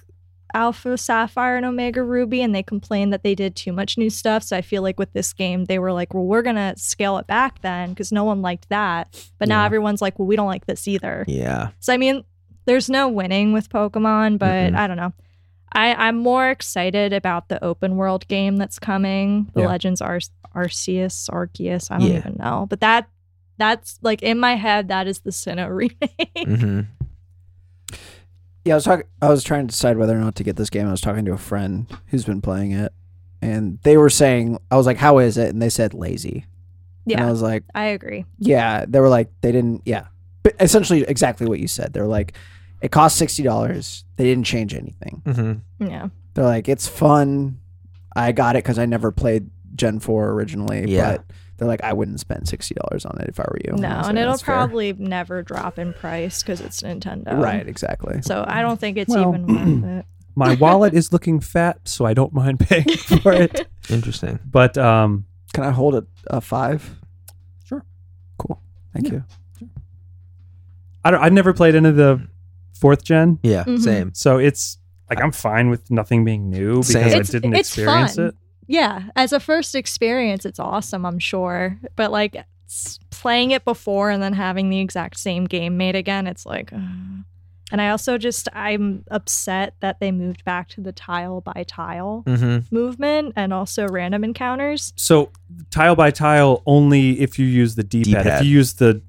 Alpha Sapphire and Omega Ruby, and they complained that they did too much new stuff. So I feel like with this game, they were like, "Well, we're gonna scale it back then," because no one liked that. But now
Yeah.
everyone's like, "Well, we don't like this either."
Yeah.
So I mean, there's no winning with Pokemon, but
Mm-mm.
I don't know. I, I'm more excited about the open world game that's coming, the
Yeah.
Legends Ar- Arceus, Arceus. I don't
Yeah.
even know, but that that's like in my head. That is the Sinnoh remake.
hmm
Yeah, I was talking. I was trying to decide whether or not to get this game. I was talking to a friend who's been playing it, and they were saying, "I was like, how is it?" And they said, "Lazy." And I
yeah,
was like,
I agree.
"Yeah." They were like, "They didn't." Yeah, but essentially, exactly what you said. They're like, "It cost sixty dollars. They didn't change anything."
hmm
Yeah,
They're like, "It's fun. I got it because I never played Gen Four originally."
Yeah.
But they're like, "I wouldn't spend sixty dollars on it if I were you."
no,
I was
and
like,
it'll
"That's fair."
probably never drop in price because it's Nintendo.
right exactly.
So I don't think it's
Well,
even worth it.
My wallet is looking fat, so I don't mind paying for it.
Interesting.
But um,
Can I hold a, a five?
Sure.
Cool. Thank you.
I don't. I've never played any of the fourth gen,
Yeah.
Mhm.
Same.
so it's like I'm fine with nothing being new because
Same.
I
It's-
didn't
it's
experience
fun.
it.
yeah, as a first experience, it's awesome, I'm sure. But like s- playing it before and then having the exact same game made again, it's like. ugh. And I also just I'm upset that they moved back to the tile by tile
hmm
movement and also random encounters.
So tile by tile only if you use the D pad.
D-pad.
If you use the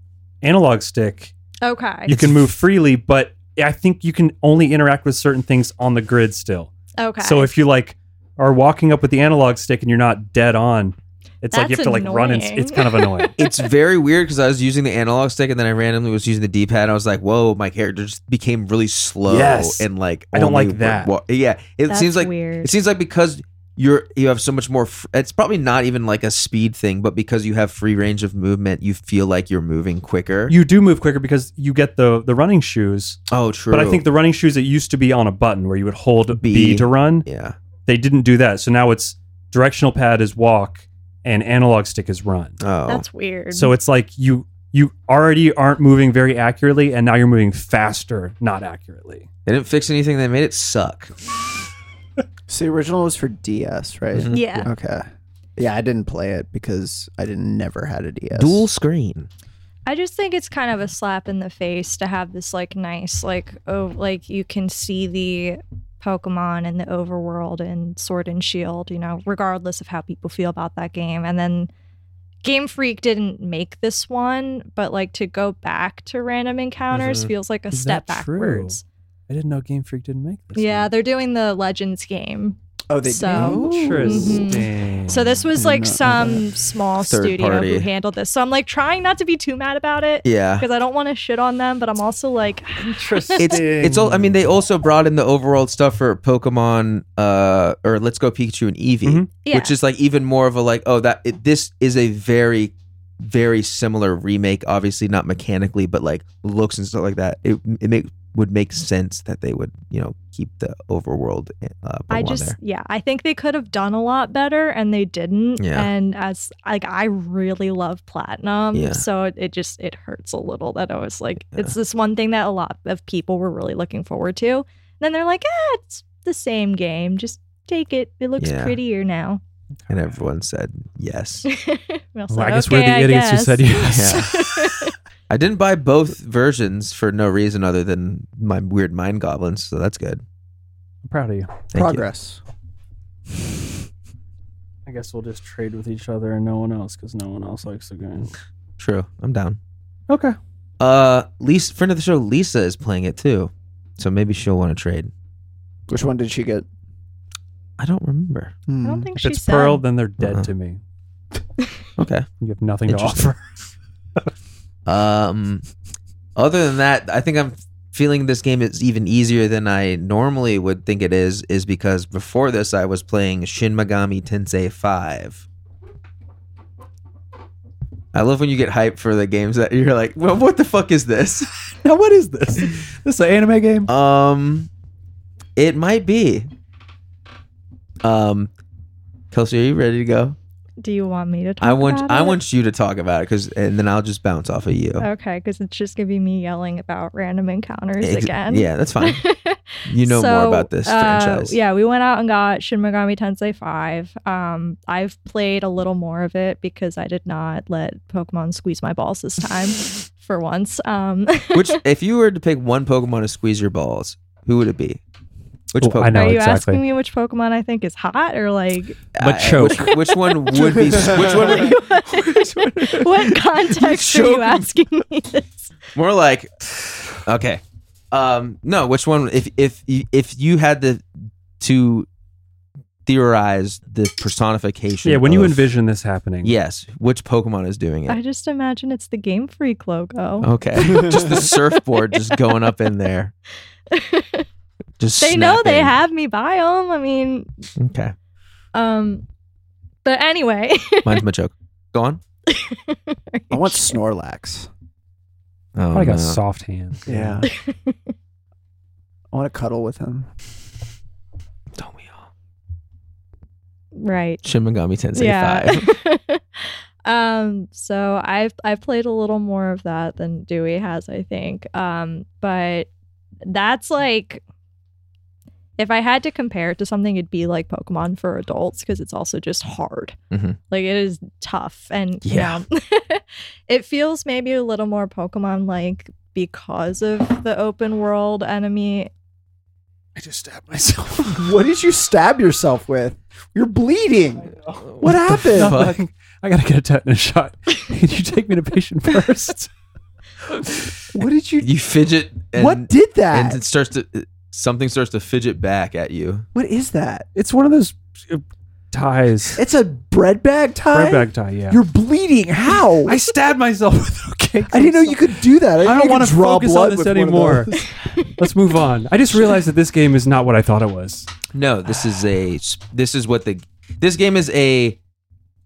analog stick,
Okay.
you can move freely, but I think you can only interact with certain things on the grid still.
Okay.
So if you like are walking up with the analog stick and you're not dead on, it's like you
That's
have to like run and s-
annoying.
it's kind of annoying.
It's very weird because I was using the analog stick and then I randomly was using the D pad. I was like, "Whoa, my character just became really slow."
Yes.
And like,
I don't
only
like that.
wa- yeah. It
That's
seems like
weird.
It seems like because you're you have so much more. Fr- it's probably not even like a speed thing, but because you have free range of movement, you feel like you're moving quicker.
you do move quicker because you get the the running shoes,
oh, true.
but I think the running shoes that used to be on a button where you would hold
B.
B, to run,
yeah,
they didn't do that. So now it's directional pad is walk and analog stick is run.
oh,
That's weird.
So it's like you you already aren't moving very accurately, and now you're moving faster, not accurately.
they didn't fix anything. They made it suck.
So the original was for DS, right?
Mhm.
yeah.
Okay. Yeah, I didn't play it because I didn't never had a DS.
Dual screen.
I just think it's kind of a slap in the face to have this like nice like oh like you can see the Pokemon and the overworld and Sword and Shield, you know, regardless of how people feel about that game. And then Game Freak didn't make this one, but like to go back to random encounters
Mhm.
feels like a
Is
step
that true?
backwards.
I didn't know Game Freak didn't make this.
Yeah, they're doing the Legends game.
Oh, they
So- mm-hmm.
do.
Interesting.
So
Mm,
this was
I
like
did not know
some small
Third
studio
party.
who handled this. So I'm like trying not to be too mad about it
Yeah.
because I don't want to shit on them, but I'm also like,
Interesting.
It's it's all I mean they also brought in the overworld stuff for Pokemon uh or Let's Go Pikachu and Eevee,
Mhm.
yeah,
which is like even more of a like oh that it, this is a very very similar remake obviously not mechanically but like looks and stuff like that. It it make, would make sense that they would, you know, keep the overworld uh Pokemon
I just
there.
yeah, I think they could have done a lot better and they didn't.
Yeah.
And as like I really love platinum,
Yeah.
so it, it just it hurts a little that I was like,
Yeah.
it's this one thing that a lot of people were really looking forward to. And then they're like, ah, it's the same game. Just take it. It looks
Yeah.
prettier now.
And everyone said yes.
Well,
Well, I guess we're the idiots who said yes.
I didn't buy both versions for no reason other than my weird mind goblins, so that's good.
I'm proud of you.
Thank you.
Progress.
I guess we'll just trade with each other and no one else because no one else likes the game.
True. I'm down.
Okay.
Uh, Lisa, friend of the show, Lisa is playing it too, so maybe she'll want to trade.
Which one did she get? Hmm.
I don't remember.
I don't think
If
she
it's
said.
Pearl, then they're dead
Uh-huh.
to me.
Okay.
You have nothing to
Interesting.
offer.
Um, other than that, I think I'm feeling this game is even easier than I normally would think it is, is because before this I was playing Shin Megami Tensei Five. I love when you get hyped for the games that you're like, well, what the fuck is this?
now, what is this? This is an anime game?
Um, it might be. Um, Kelsey, are you ready to go?
Do you want me to talk?
I want
about
I
it? Oh,
want you to talk about it because, and then I'll just bounce off of you.
Okay, because it's just gonna be me yelling about random encounters
Ex-
again.
Yeah, that's fine. You know more
So,
about this
uh,
franchise.
Yeah, we went out and got Shin Megami Tensei 5. Um, I've played a little more of it because I did not let Pokemon squeeze my balls this time for once. Um,
Which, if you were to pick one Pokemon to squeeze your balls, who would it be? Which
Oh, I
Pokemon?
know.
are you
exactly.
asking me which Pokemon I think is hot or like
Which,
Machoke.
which one would be? Which one? Would,
what context are
Choke.
you asking me this?
more like, okay, um, no. Which one? If if you- if you had the to theorize the personification,
Yeah, when you
of-
envision this happening.
yes, which Pokemon is doing it?
I just imagine it's the Game Freak logo.
Okay. just the surfboard just going up in there. Just
they know they
snapping.
have me by them. I mean,
Okay.
um, but anyway,
Mine's my joke. Go on.
I want Snorlax.
Oh,
Probably
no.
got soft hands.
I want to cuddle with him.
Don't we all?
right?
Shin Megami Tensei 5.
um, so I've I've played a little more of that than Dewey has, I think. Um, but that's like if I had to compare it to something, it'd be like Pokemon for adults because it's also just hard.
Mm-hmm.
Mhm.
Like it is tough, and
Yeah.
yeah, it feels maybe a little more Pokemon like because of the open world enemy
I just stabbed myself.
What did you stab yourself with? You're bleeding. What happened?
Nothing. I gotta get a tetanus shot. Can you take me to patient first?
What did you?
You fidget and,
what did that?
and it starts to something starts to fidget back at you.
what is that?
It's one of those uh, ties.
It's a bread bag tie.
Red bag tie, yeah.
You're bleeding. How?
I stabbed myself with it, okay.
I didn't know you could do that. I,
I
didn't
don't
want
want
to
to
draw
focus
blood
on this
with one of
anymore.
those.
Let's move on. I just realized that this game is not what I thought it was.
No, this is a this is what the this game is a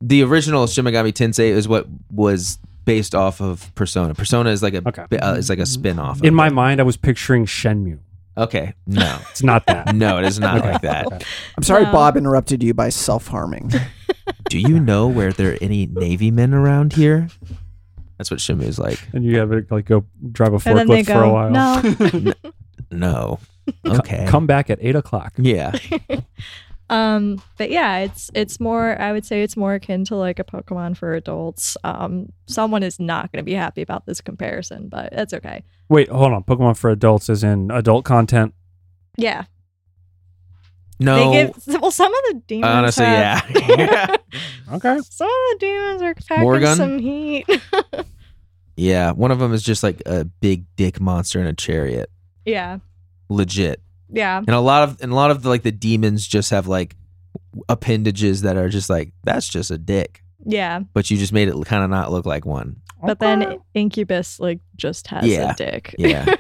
the original Shin Megami Tensei is what was based off of Persona. Persona is like a
Okay.
uh, is like a spin-off. of
In
it.
my mind, I was picturing Shenmue.
Okay. No.
It's not that.
No, it is not like that.
I'm sorry,
No.
Bob interrupted you by self harming.
Do you know where there are any Navy men around here? That's what Shimu's like.
And you have to like go drive a
and then they
forklift
go,
for a while.
No.
No.
Co-
Okay.
Come back at eight o'clock.
Yeah.
Um, but yeah, it's it's more. I would say it's more akin to like a Pokemon for adults. Um, someone is not going to be happy about this comparison, but that's okay.
Wait, hold on. Pokemon for adults is in adult content.
Yeah,
No.
they give well some of the demons.
honestly,
have-
yeah.
Okay.
Some of the demons are packing
Morgan?
some heat.
yeah. One of them is just like a big dick monster in a chariot.
yeah,
Legit.
yeah,
And a lot of and a lot of the, like the demons just have like appendages that are just like that's just a dick,
Yeah.
but you just made it kind of not look like one.
But then Incubus like just has
Yeah.
a dick.
Yeah.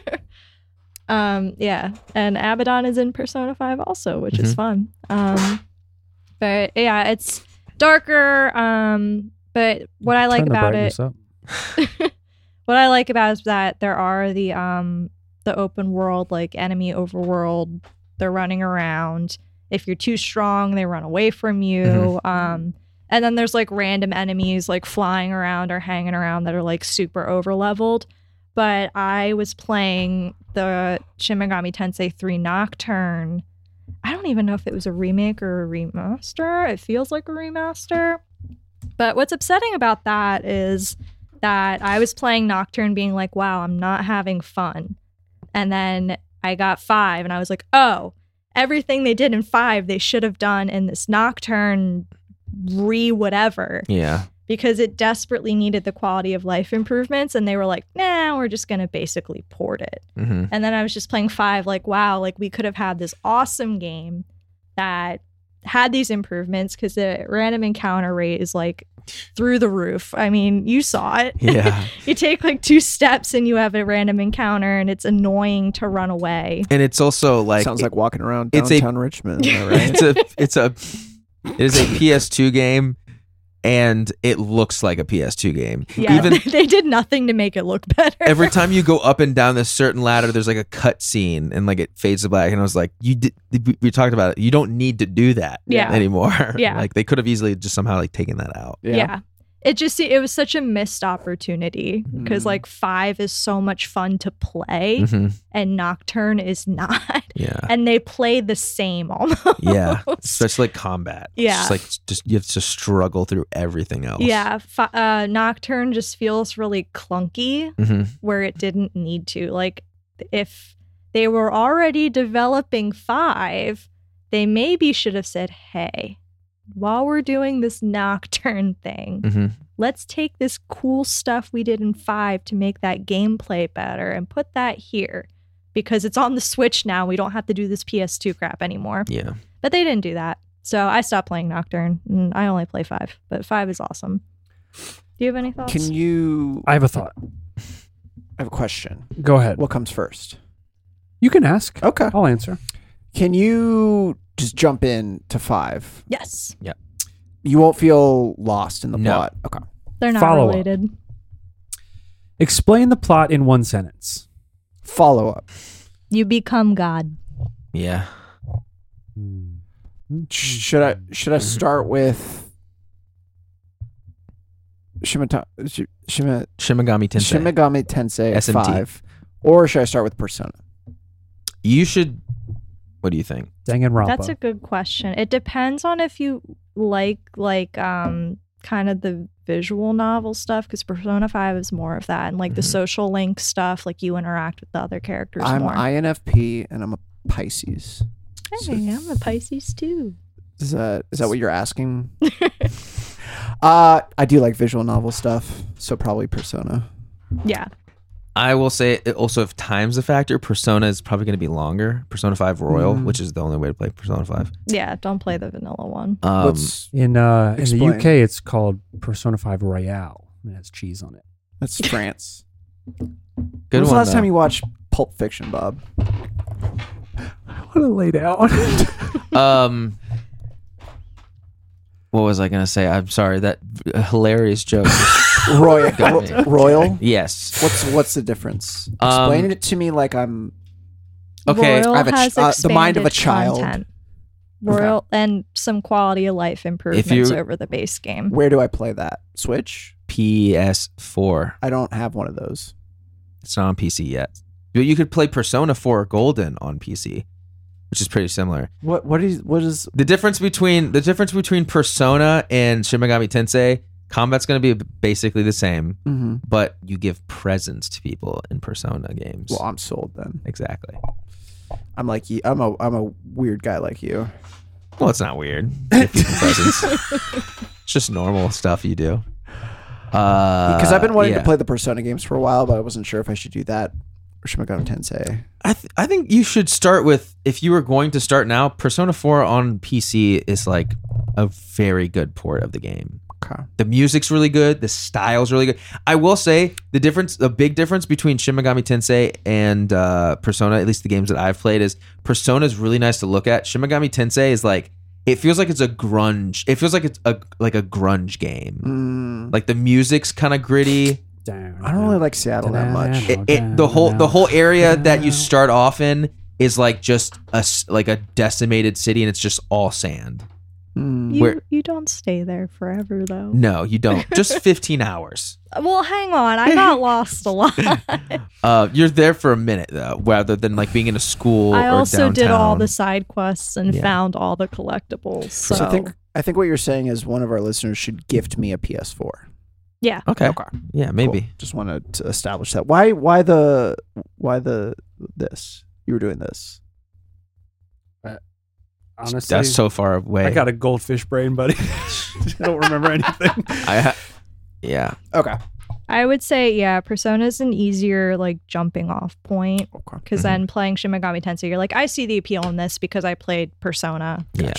um yeah. And Abaddon is in Persona 5 also, which is
Mhm.
fun. Um but yeah, it's darker um but what I
Trying
like
to
about
brighten
it
this up.
what I like about it is that there are the um the open world like enemy overworld. They're running around. If you're too strong, they run away from you.
Mhm.
Um and then there's like random enemies like flying around or hanging around that are like super over leveled. But I was playing the Shin Megami Tensei 3 Nocturne. I don't even know if it was a remake or a remaster. It feels like a remaster. But what's upsetting about that is that I was playing Nocturne being like, wow, I'm not having fun. And then I got five and I was like, oh, everything they did in five, they should have done in this Nocturne re whatever
yeah.
because it desperately needed the quality of life improvements. And they were like, nah, we're just going to basically port it.
Mm-hmm.
And then I was just playing five, like, wow, like we could have had this awesome game that had these improvements because the random encounter rate is like through the roof. I mean, you saw it
Yeah.
you take like two steps and you have a random encounter and it's annoying to run away.
and it's also like
Sounds like walking around
it's a-
downtown Richmond. am I right?
it's a it's a it is a PS2 game and it looks like a PS2 game.
Yeah,
Even
they did nothing to make it look better.
every time you go up and down this certain ladder, there's like a cut scene and like it fades to black. And I was like, you did, we- we talked about it. You don't need to do that
Yeah.
anymore.
Yeah.
like they could have easily just somehow like taken that out.
yeah. It just it was such a missed opportunity because
Mm.
like five is so much fun to play
Mhm.
and Nocturne is not,
Yeah.
and they play the same almost.
Yeah. Especially like combat. It's
Yeah.
just like just you have to struggle through everything else.
Yeah, fi- uh, Nocturne just feels really clunky.
hmm
where it didn't need to. Like if they were already developing five, they maybe should have said, hey, while we're doing this nocturne thing,
hmm
let's take this cool stuff we did in five to make that gameplay better and put that here because it's on the Switch now. We don't have to do this PS2 crap anymore.
Yeah.
But they didn't do that. So I stopped playing Nocturne. and I only play five, but five is awesome. Do you have any thoughts?
Can you? I
I have a thought.
have a question.
Go ahead.
What comes first?
You can ask.
Okay.
I'll answer.
Can you just jump in to five?
yes,
You won't feel lost in the
No.
plot. Okay.
they're not
Follow up.
related.
Explain the plot in one sentence.
Follow up.
You become God.
Yeah.
Hmm.
Mm-hmm.
Should I should I start with Shimata, Sh- Shima,
Shimigami Tensei.
Shin Megami Tensei
SMT.
Five, or should I start with Persona?
you should. What do you think?
Danganronpa.
That's a good question. It depends on if you like like um kind of the visual novel stuff because Persona 5 is more of that and like the
Mhm.
social link stuff like you interact with the other characters
Mm-hmm. I'm
more.
INFP and I'm a Pisces.
hey, I'm a Pisces too.
Is that is that what you're asking? uh I do like visual novel stuff, so probably Persona.
Yeah.
I will say it also if time's a factor, Persona is probably going to be longer. Persona Five Royal,
Mm.
which is the only way to play Persona Five.
Yeah, don't play the vanilla one.
Um,
Let's-
in uh, in the
Explain.
UK, it's called Persona 5 Royale. and It has cheese on it.
that's France.
good
when was
one.
the last
though.
time you watched Pulp Fiction, Bob?
I want to lay down.
um, what was I going to say? I'm sorry. That v- hilarious joke.
Royal.
Got me.
Royal.
yes.
What's what's the difference?
Um,
Explain it to me like I'm
Okay.
Royal
I have a ch-
has
uh, the mind of a
expanded
child.
Content.
Okay.
Royal and some quality of life improvements
you-
over the base game.
where do I play that? Switch?
PS4.
I don't have one of those.
It's not on PC yet. But you could play Persona 4 Golden on PC, which is pretty similar.
What what is what is
The difference between the difference between Persona and Shin Megami Tensei combat's going to be basically the same,
mhm.
but you give presents to people in Persona games.
Well, I'm sold then.
exactly.
I'm like you. I'm a I'm a weird guy like you.
Well, it's not weird. Give people presents. It's just normal stuff you do. Because Uh,
Because I've been wanting to play the Persona games for a while, but I wasn't sure if I should do that or Shin Megami Tensei.
I, th- I think you should start with if you were going to start now persona 4 on pc is like a very good port of the game.
Okay.
The music's really good. The style's really good. I will say the difference, the big difference between Shin Megami Tensei and uh, Persona, at least the games that I've played, is Persona's really nice to look at. Shin Megami Tensei is like it feels like it's a grunge. It feels like it's a like a grunge game.
Mm,
Like the music's kind of gritty.
Down.
I don't really like Seattle that much.
It, it, the whole the whole area that you start off in is like just a s- like a decimated city, and it's just all sand.
Mm.
You
Where-
you don't stay there forever though.
No, you don't. Just 15 hours.
Well, hang on. I got lost a lot.
Uh, you're there for a minute though, rather than like being in a school.
I
or
also did all
downtown.
the side quests and
Yeah.
found all the collectibles. So,
So I think I think what you're saying is one of our listeners should gift me a PS4. Cool.
Okay. Yeah, maybe.
Just wanted to establish that. Why why the why the this? You were doing this.
Honestly,
That's so far away.
I got a goldfish brain, buddy. I don't remember anything.
I ha- yeah.
Okay.
I would say, yeah, Persona's an easier like jumping off point
Okay.
because
Mm-hmm.
then playing Shin Megami Tensei, you're like, I see the appeal in this because I played Persona.
Yeah.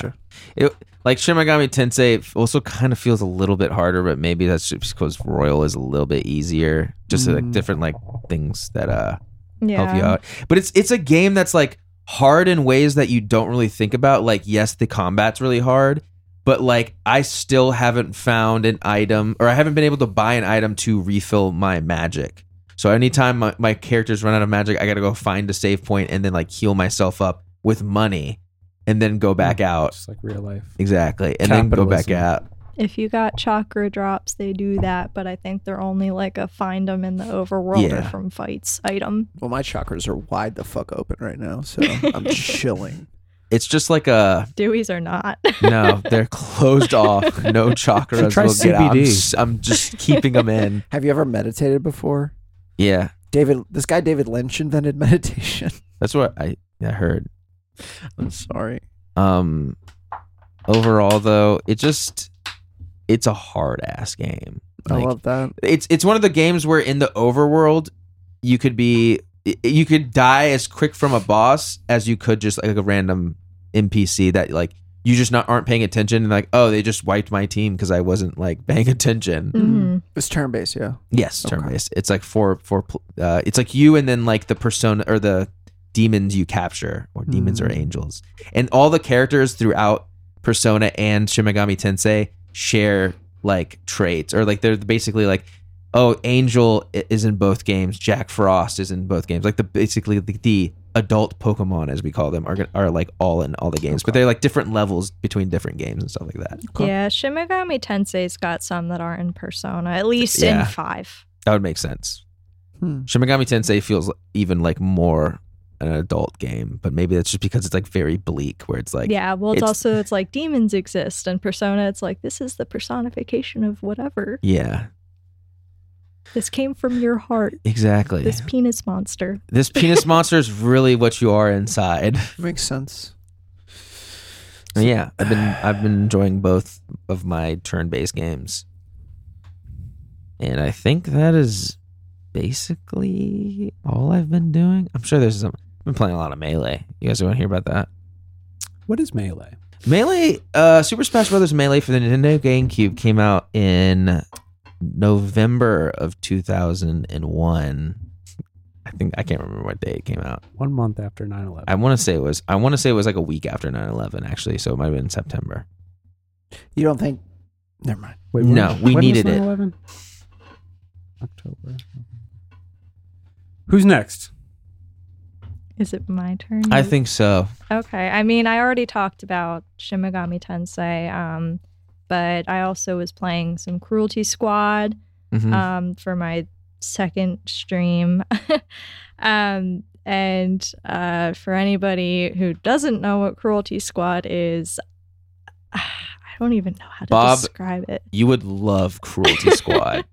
It, like Shin Megami Tensei f- also kind of feels a little bit harder, but maybe that's just because Royal is a little bit easier. Just like
Mm.
different like things that uh
Yeah,
help you out. But it's it's a game that's like hard in ways that you don't really think about. Like yes, the combat's really hard, but like I still haven't found an item or I haven't been able to buy an item to refill my magic. So anytime my, my characters run out of magic, I gotta go find a save point and then like heal myself up with money and then go back out.
Just like real life.
Exactly. And then go back
Capitalism.
out.
If you got chakra drops, they do that, but I think they're only like a find them in the overworld
Yeah.
or from fights item.
Well, my chakras are wide the fuck open right now, so I'm chilling.
It's just like a
Dewey's are not.
no, they're closed off. No chakras
Try
will get out. I'm
CBD.
s- I'm just keeping them in.
Have you ever meditated before?
Yeah.
David, this guy David Lynch invented meditation.
That's what I I heard.
I'm sorry.
Um overall though, it just it's a hard ass game. Like,
I love that.
it's it's one of the games where in the overworld you could be y- you could die as quick from a boss as you could just like a random NPC that like you just not aren't paying attention and like oh they just wiped my team because I wasn't like paying attention.
Mhm.
It's turn based, yeah.
Yes,
Okay.
turn based. It's like four four. pl- Uh, it's like you and then like the persona or the demons you capture, or demons or
Mm.
angels, and all the characters throughout Persona and Shin Megami Tensei share like traits, or like they're basically like, oh, Angel i- is in both games. Jack Frost is in both games. Like the basically the, the adult Pokemon as we call them are gon- are like all in all the games, but they're like different levels between different games and stuff like that.
Cool.
Yeah, Shin Megami Tensei's got some that aren't in Persona, at least
Yeah.
in five.
That would make sense.
Hmm.
Shin Megami Tensei feels even like more an adult game, but maybe that's just because it's like very bleak, where it's like
yeah, well, it's,
it's-
also it's like demons exist, and Persona, it's like this is the personification of whatever.
yeah,
This came from your heart.
exactly.
This
This,
penis monster.
penis monster is really what you are inside.
Makes sense.
And yeah, I've been I've been enjoying both of my turn-based games, and I think that is basically all I've been doing. I'm sure there's some. I've been playing a lot of melee. You guys want to hear about that?
What is melee?
Melee, uh, Super Smash Brothers Melee for the Nintendo GameCube came out in November of 2001. I think I can't remember what day it came out.
One month after 9-11.
I want to say it was I want to say it was like a week after 9/11 actually, so it might have been in September.
You don't think? Never mind.
Wait,
No, we
was
needed it.
9/11? October. Who's next?
Is it my turn?
I
Or-
think so.
Okay. I mean, I already talked about Shin Megami Tensei, um, but I also was playing some Cruelty Squad
Mhm.
um, for my second stream. um, and uh, for anybody who doesn't know what Cruelty Squad is, I don't even know how to
Bob-
describe it.
you would love Cruelty Squad.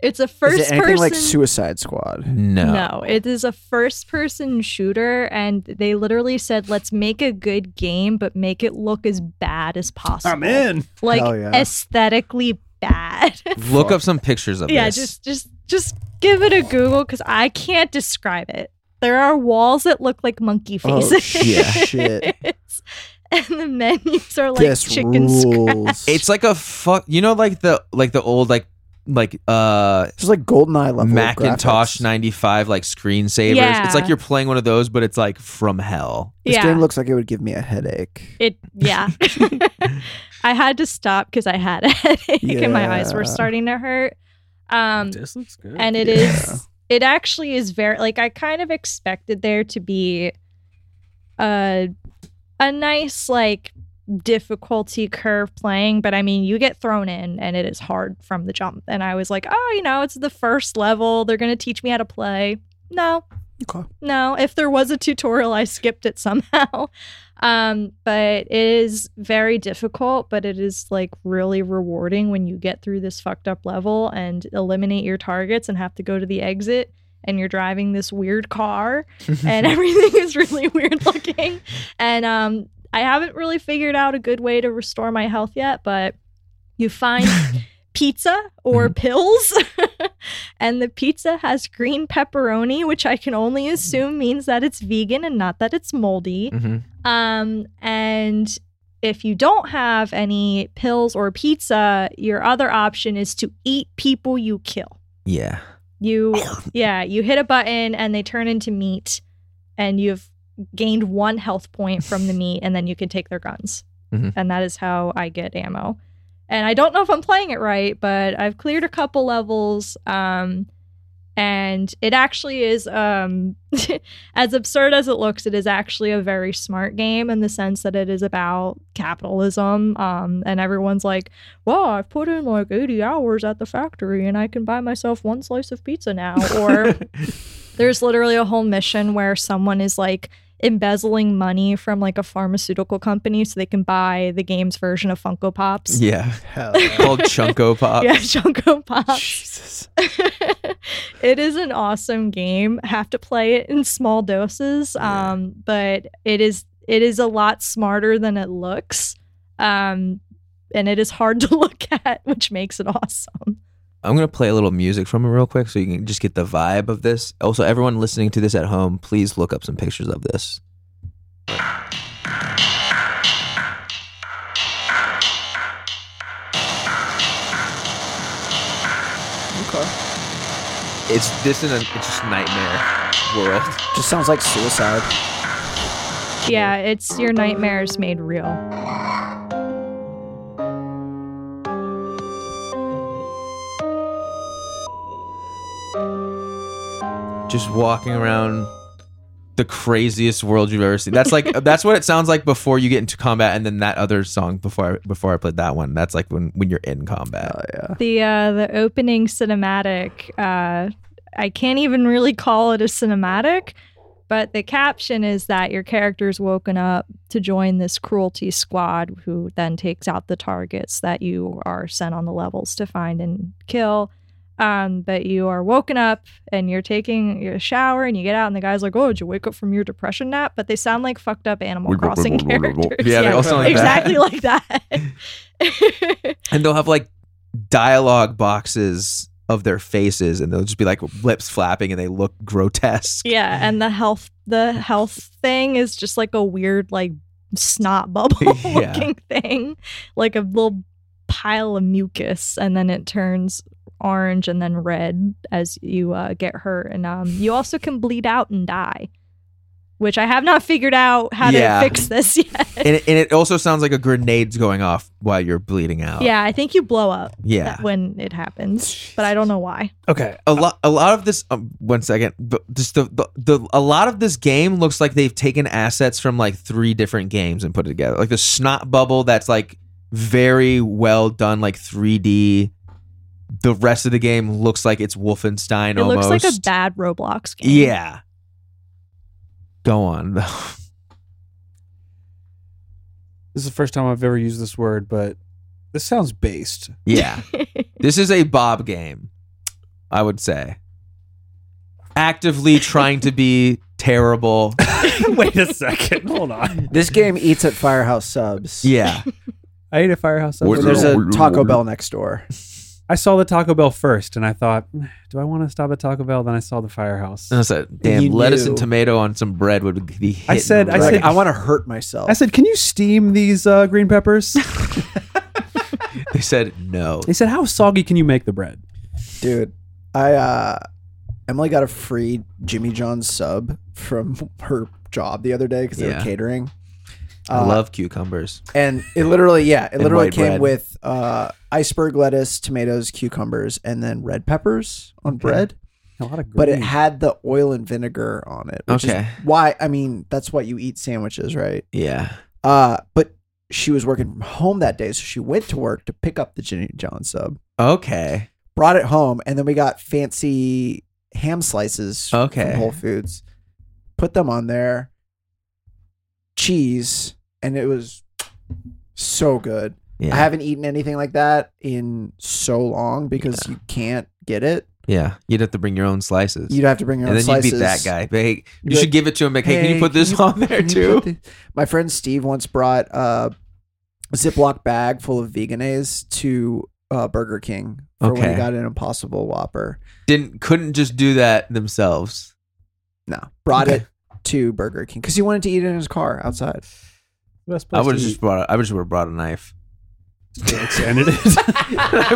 It's a
Is
first
it anything
person.
like Suicide Squad?
No.
No, it is a first person shooter, and they literally said, let's make a good game, but make it look as bad as possible. Like
Hell yeah.
aesthetically bad.
Look up some pictures of
yeah,
this.
just just just give it a Google because I can't describe it. There are walls that look like monkey
Oh,
faces.
shit.
It's- and the menus are like
this
chicken scratch.
rules.
It's like a fuck. You know, like the like the old like like uh
just like GoldenEye level of
Macintosh
graphics.
ninety five like screensavers. It's like
Yeah.
you're playing one of those, but it's like from hell.
This
Yeah.
game looks like it would give me a headache.
It yeah. I had to stop because I had a headache and my eyes were
Yeah.
starting to hurt. Um
This looks good.
and it
Yeah.
is it actually is very like I kind of expected there to be a a nice like difficulty curve playing, but I mean you get thrown in and it is hard from the jump. And I was like, oh, you know, it's the first level. They're gonna teach me how to play. No,
Okay.
no, if there was a tutorial, I skipped it somehow. Um, but it is very difficult, but it is like really rewarding when you get through this fucked up level and eliminate your targets and have to go to the exit and you're driving this weird car and
Mm-hmm.
everything is really weird looking. And um, I haven't really figured out a good way to restore my health yet, but you find pizza or pills. and the pizza has green pepperoni, which I can only assume means that it's vegan and not that it's moldy.
Mm-hmm.
Mhm.
Um, and if you don't have any pills or pizza, your other option is to eat people you kill.
Yeah.
You, yeah, you hit a button and they turn into meat, and you've gained one health point from the meat, and then you can take their guns.
Mhm.
And that is how I get ammo. And I don't know if I'm playing it right, but I've cleared a couple levels. Um, and it actually is um as absurd as it looks it is actually a very smart game in the sense that it is about capitalism um and everyone's like well i've put in like 80 hours at the factory and i can buy myself one slice of pizza now or there's literally a whole mission where someone is like embezzling money from like a pharmaceutical company so they can buy the game's version of funko pops
Yeah.
Hell.
Called Chunko Pop.
yeah funko pops
Jesus.
it is an awesome game. Have to play it in small doses,
Yeah.
um, but it is it is a lot smarter than it looks, um, and it is hard to look at, which makes it awesome.
I'm gonna play a little music from it real quick, so you can just get the vibe of this. Also, everyone listening to this at home, please look up some pictures of this.
Okay.
It's this in a it's just nightmare world.
Just sounds like suicide.
Yeah, it's your nightmares made real.
Just walking around the craziest world you've ever seen. That's like that's what it sounds like before you get into combat, and then that other song before I, before I played that one. That's like when when you're in combat.
Oh, yeah.
The uh, the opening cinematic. Uh, I can't even really call it a cinematic. But the caption is that your character's woken up to join this cruelty squad who then takes out the targets that you are sent on the levels to find and kill. Um, but you are woken up and you're taking a shower and you get out and the guy's like, Oh, did you wake up from your depression nap? But they sound like fucked up Animal Crossing characters.
Yeah, they all sound like
exactly
that.
like that.
And they'll have like dialogue boxes of their faces, and they'll just be like lips flapping, and they look grotesque.
Yeah, and the health the health thing is just like a weird like snot bubble
Yeah.
looking thing, like a little pile of mucus, and then it turns orange and then red as you uh, get hurt, and um, you also can bleed out and die, which I have not figured out how
Yeah.
to fix this yet.
and it, and it also sounds like a grenade's going off while you're bleeding out.
yeah, I think you blow up
Oh. yeah.
when it happens, but I don't know why.
Okay.
A lot, a lot of this. Um, one second, but just the, the the a lot of this game looks like they've taken assets from like three different games and put it together. Like the snot bubble, that's like very well done, like 3D. The rest of the game looks like it's Wolfenstein.
It
almost.
looks like a bad Roblox game.
Yeah. Go on. though.
This is the first time I've ever used this word, but this sounds based.
Yeah. this is a Bob game, I would say. Actively trying to be terrible.
Wait a second. Hold on.
This game eats at Firehouse Subs.
Yeah.
I ate a firehouse.
What-
sandwich.
There's a Taco Bell next door.
I saw the Taco Bell first, and I thought, "Mm, do I want to stop at Taco Bell? Then I saw the firehouse.
And I said, "Damn,
You
lettuce
knew.
and tomato on some bread would be."
I
hitting
said- I
right."
Like,
said-
I want to hurt myself.
I said, can you steam these uh, green peppers?
they said no.
they said, how soggy can you make the bread?
Dude, I uh Emily got a free Jimmy John's sub from her job the other day because they
Yeah.
were catering.
I
Uh,
love cucumbers.
and it literally, yeah, it
And
literally
white
came
bread.
with uh iceberg lettuce, tomatoes, cucumbers, and then red peppers on bread.
A lot of
But it
green.
had the oil and vinegar on it. Which
Okay.
Is why I mean, that's why you eat sandwiches, right?
Yeah.
Uh but she was working from home that day, so she went to work to pick up the Jimmy John's sub.
Okay.
brought it home, and then we got fancy ham slices
Okay.
from Whole Foods. Put them on there, cheese, and it was so good.
Yeah.
I haven't eaten anything like that in so long because you can't get it.
yeah. You'd have to bring your own slices.
You'd have to bring your
and
own
then
slices.
you'd be that guy. But hey, you
You'd be
should
like,
give it to him. Like, hey, can you put this on there
can you
too?
put thi- My friend Steve once brought a Ziploc bag full of veganese to uh, Burger King for when
Okay.
he got an Impossible Whopper.
Didn't couldn't just do that themselves.
No, brought
Okay.
it to Burger King because he wanted to eat it in his car outside.
Best
I
place
would
to
have just
eat.
brought. I would just would have brought a knife.
and it is.
I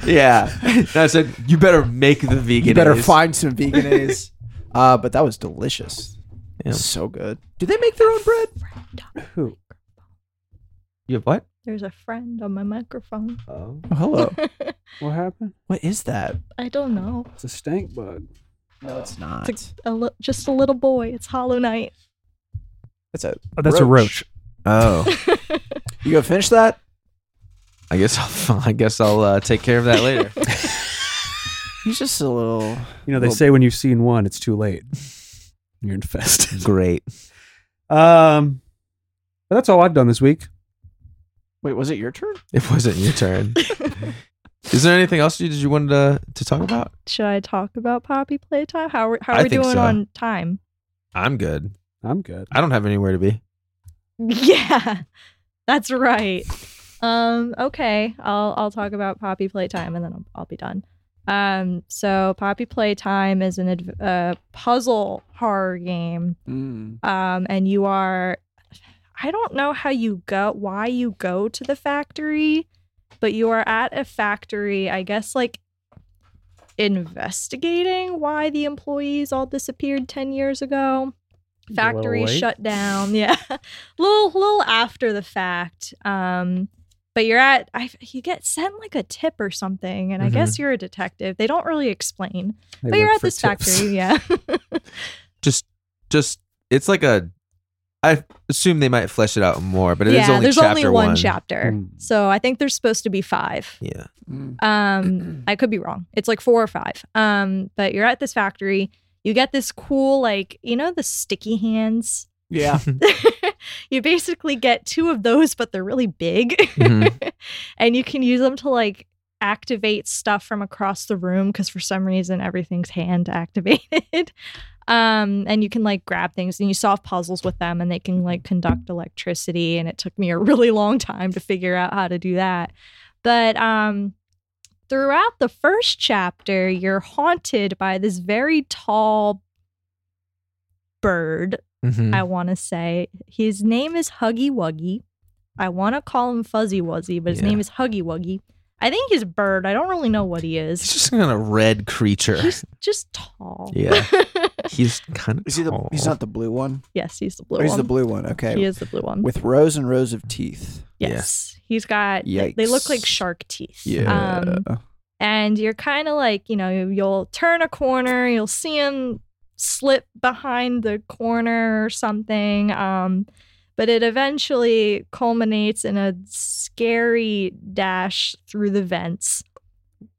would- yeah. And I said, you better make the vegan.
You better find some veganese. uh, but that was delicious.
Yeah.
So good. Do they make their own bread?
Who?
You have what?
There's a friend on my microphone.
Oh.
Oh, hello.
What happened?
what is that?
I don't know.
It's a stank bug.
No, it's not.
It's a, a li- just a little boy. It's Hollow Knight.
That's a.
Oh, that's a roach.
Oh.
You gonna finish that?
I guess I'll. I guess I'll uh, take care of that later.
He's just a little.
You know, they
Well-
say when you've seen one, it's too late. You're infested.
Great.
Um, but that's all I've done this week.
Wait, was it your turn?
It wasn't your turn. Is there anything else you did you wanted to to talk about?
Should I talk about Poppy playtime? How are, how
I
are we
think
doing
so.
on time?
I'm good.
I'm good.
I don't have anywhere to be.
Yeah, that's right. Um, okay, I'll I'll talk about Poppy Playtime and then I'll, I'll be done. Um, so Poppy Playtime is an adv- uh, puzzle horror game.
Mm,
Um, and you are, I don't know how you go, why you go to the factory, but you are at a factory, I guess, like investigating why the employees all disappeared 10 years ago. Factory
late.
shut down. Yeah. little, little after the fact. Um, but you're at, I, you get sent like a tip or something, and I guess you're a detective. They don't really explain,
Mm-hmm. They
but you're
work
at
for
this
tips.
factory. Yeah.
Just just it's like a I assume they might flesh it out more, but it is only
there's
chapter
only one, chapter.
Hmm.
So I think there's supposed to be five.
Yeah.
mm.
Um, I could be wrong. It's like four or five. Um, but you're at this factory. You get this cool, like you know, the sticky hands.
Yeah.
you basically get two of those, but they're really big,
Mhm.
and you can use them to like activate stuff from across the room because for some reason everything's hand activated. Um, and you can like grab things and you solve puzzles with them, and they can like conduct electricity. And it took me a really long time to figure out how to do that. But um, throughout the first chapter, you're haunted by this very tall bird
Mm-hmm.
Mhm.
I want to say. His name is Huggy Wuggy. I want to call him Fuzzy Wuzzy, but his
Yeah.
name is Huggy Wuggy. I think he's a bird. I don't really know what he
He's
is.
just kind of red creature.
He's just tall.
Yeah. He's kind of
Is he the? He's not the blue one.
yes, he's the blue
Or he's
one.
the blue one. Okay.
He is the blue one.
With rows and rows of teeth.
yeah.
yes. He's got, they, they look like
Yikes.
shark teeth.
Yeah.
Um, and you're kind of like you know you'll turn a corner you'll see him slip behind the corner or something um but it eventually culminates in a scary dash through the vents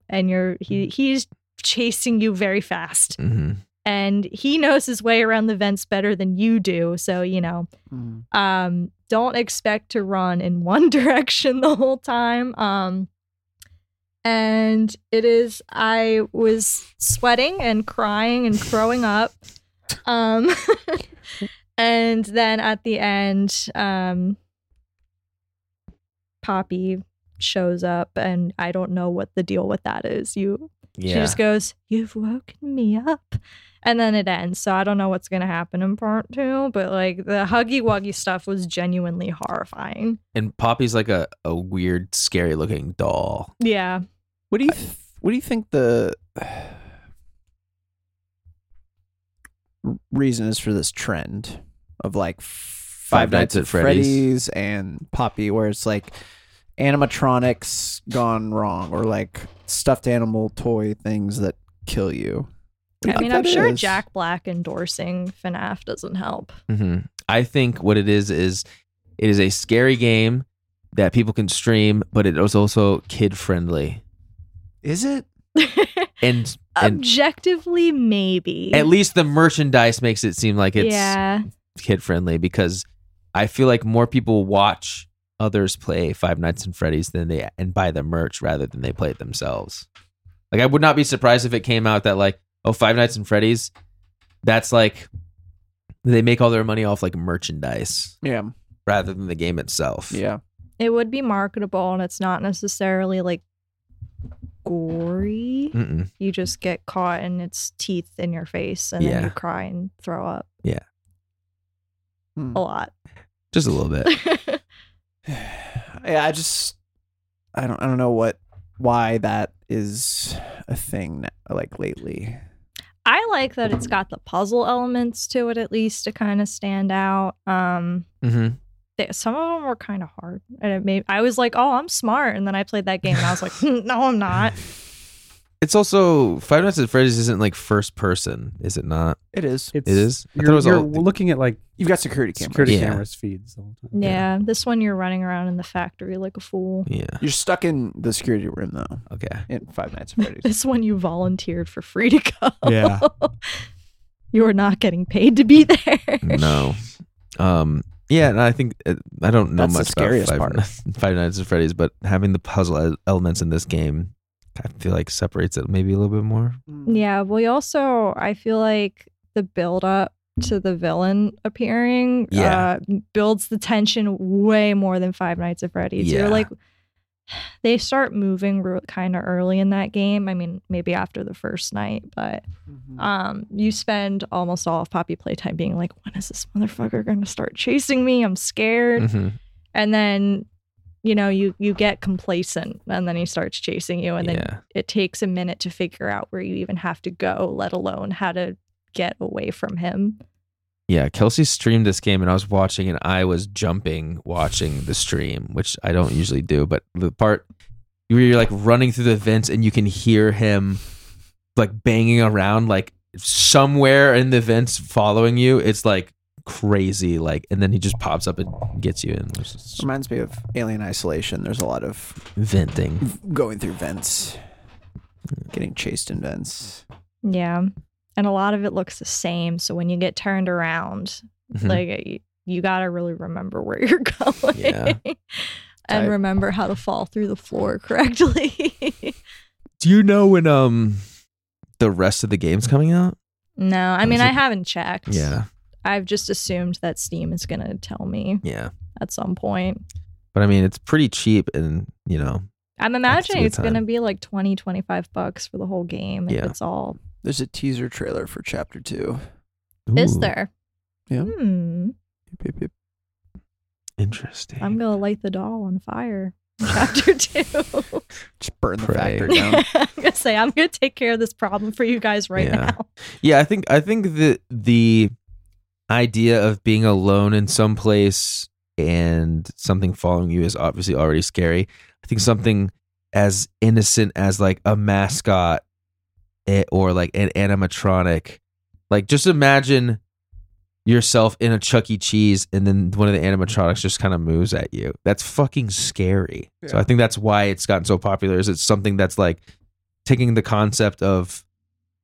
and you're he he's chasing you very fast
hmm
and he knows his way around the vents better than you do so you know
Mm.
um, don't expect to run in one direction the whole time. Um, and it is, I was sweating and crying and throwing up. Um, and then at the end, um, Poppy shows up, and I don't know what the deal with that is. You,
Yeah.
she just goes, "You've woken me up," and then it ends. So I don't know what's gonna happen in part two, but like the huggy wuggy stuff was genuinely horrifying.
and Poppy's like a, a weird, scary looking doll.
Yeah,
What do you th-
What do you think the reason is for this trend of like Five,
Nights at Freddy's.
Freddy's and Poppy, where it's like animatronics gone wrong or like stuffed animal toy things that kill you? What do you
I
think
mean, I'm
that
sure
is?
Jack Black endorsing FNAF doesn't help.
Mm-hmm.
hmm I think what it is is it is a scary game that people can stream, but it is also kid friendly
is it?
and, and
Objectively, maybe.
at least the merchandise makes it seem like it's
yeah.
kid friendly because I feel like more people watch others play Five Nights and Freddy's than they and buy the merch rather than they play it themselves. Like I would not be surprised if it came out that like oh Five Nights and Freddy's, that's like they make all their money off like merchandise
Yeah,
rather than the game itself.
yeah.
it would be marketable and it's not necessarily like gory.
Mm-mm.
You just get caught and it's teeth in your face and then
Yeah.
you cry and throw up.
Yeah.
Hmm.
A lot.
Just a little bit.
yeah, I just I don't I don't know what why that is a thing like lately.
I like that it's got the puzzle elements to it at least to kind of stand out. Um
hmm
they, some of them were kind of hard and it made I was like, "Oh, I'm smart." And then I played that game and I was like, "Hmm, "No, I'm not."
It's also Five Nights at Freddy's isn't like first person, is it not?
It is.
it's,
It is. I thought
You're,
it was
you're
all-
looking at like
You've got security cameras.
security
Yeah.
cameras feeds the whole time.
Yeah, this one you're running around in the factory like a fool.
Yeah.
You're stuck in the security room though.
Okay.
In Five Nights at Freddy's.
This one you volunteered for free to go.
Yeah.
you are not getting paid to be there.
No. Um. Yeah, and I think uh, I don't know
That's the
much
scariest
about Five,
part.
Five Nights at Freddy's, but having the puzzle el- elements in this game, I feel like separates it maybe a little bit more.
Yeah. Well, you also, I feel like the build up to the villain appearing
Yeah.
uh, builds the tension way more than Five Nights at Freddy's.
Yeah.
You're like, they start moving kind of early in that game. I mean, maybe after the first night, but
Mm-hmm.
um, you spend almost all of Poppy playtime being like, when is this motherfucker going to start chasing me? I'm scared.
Mhm.
and then you know you you get complacent and then he starts chasing you and then
yeah.
it takes a minute to figure out where you even have to go let alone how to get away from him
Yeah. Kelsey streamed this game, and I was watching, and I was jumping watching the stream, which I don't usually do. But the part where you're like running through the vents, and you can hear him like banging around, like somewhere in the vents following you. It's like crazy. Like, and then he just pops up and gets you, and it's just
Reminds me of Alien Isolation. There's a lot of
venting.
going through vents. Getting chased in vents.
yeah and a lot of it looks the same so when you get turned around
Mhm.
like you, you got to really remember where you're going
Yeah.
I-
and remember how to fall through the floor correctly
Do you know when um the rest of the game's coming out?
no i mean
Is it-
i haven't checked i've just assumed that steam is going to tell me
yeah.
at some point
But I mean, it's pretty cheap, and you know,
I'm
That's a
imagining
good
it's going to
time.
be like 20, 25 bucks for the whole game. If
Yeah.
it's all.
There's a teaser trailer for chapter two.
Is
Ooh,
there?
Yeah.
Hmm.
Yep, yep, yep.
interesting?
I'm going to light the doll on fire. in Chapter two.
Just burn the
Pray.
factory down.
I'm going to say, I'm going to take care of this problem for you guys right
Yeah.
now.
Yeah, I think I think that the idea of being alone in some place and something following you is obviously already scary. I think something as innocent as like a mascot eh, or like an animatronic. Like just imagine yourself in a Chuck E. Cheese and then one of the animatronics just kind of moves at you. That's fucking scary. So
Yeah.
I think that's why it's gotten so popular is it's something that's like taking the concept of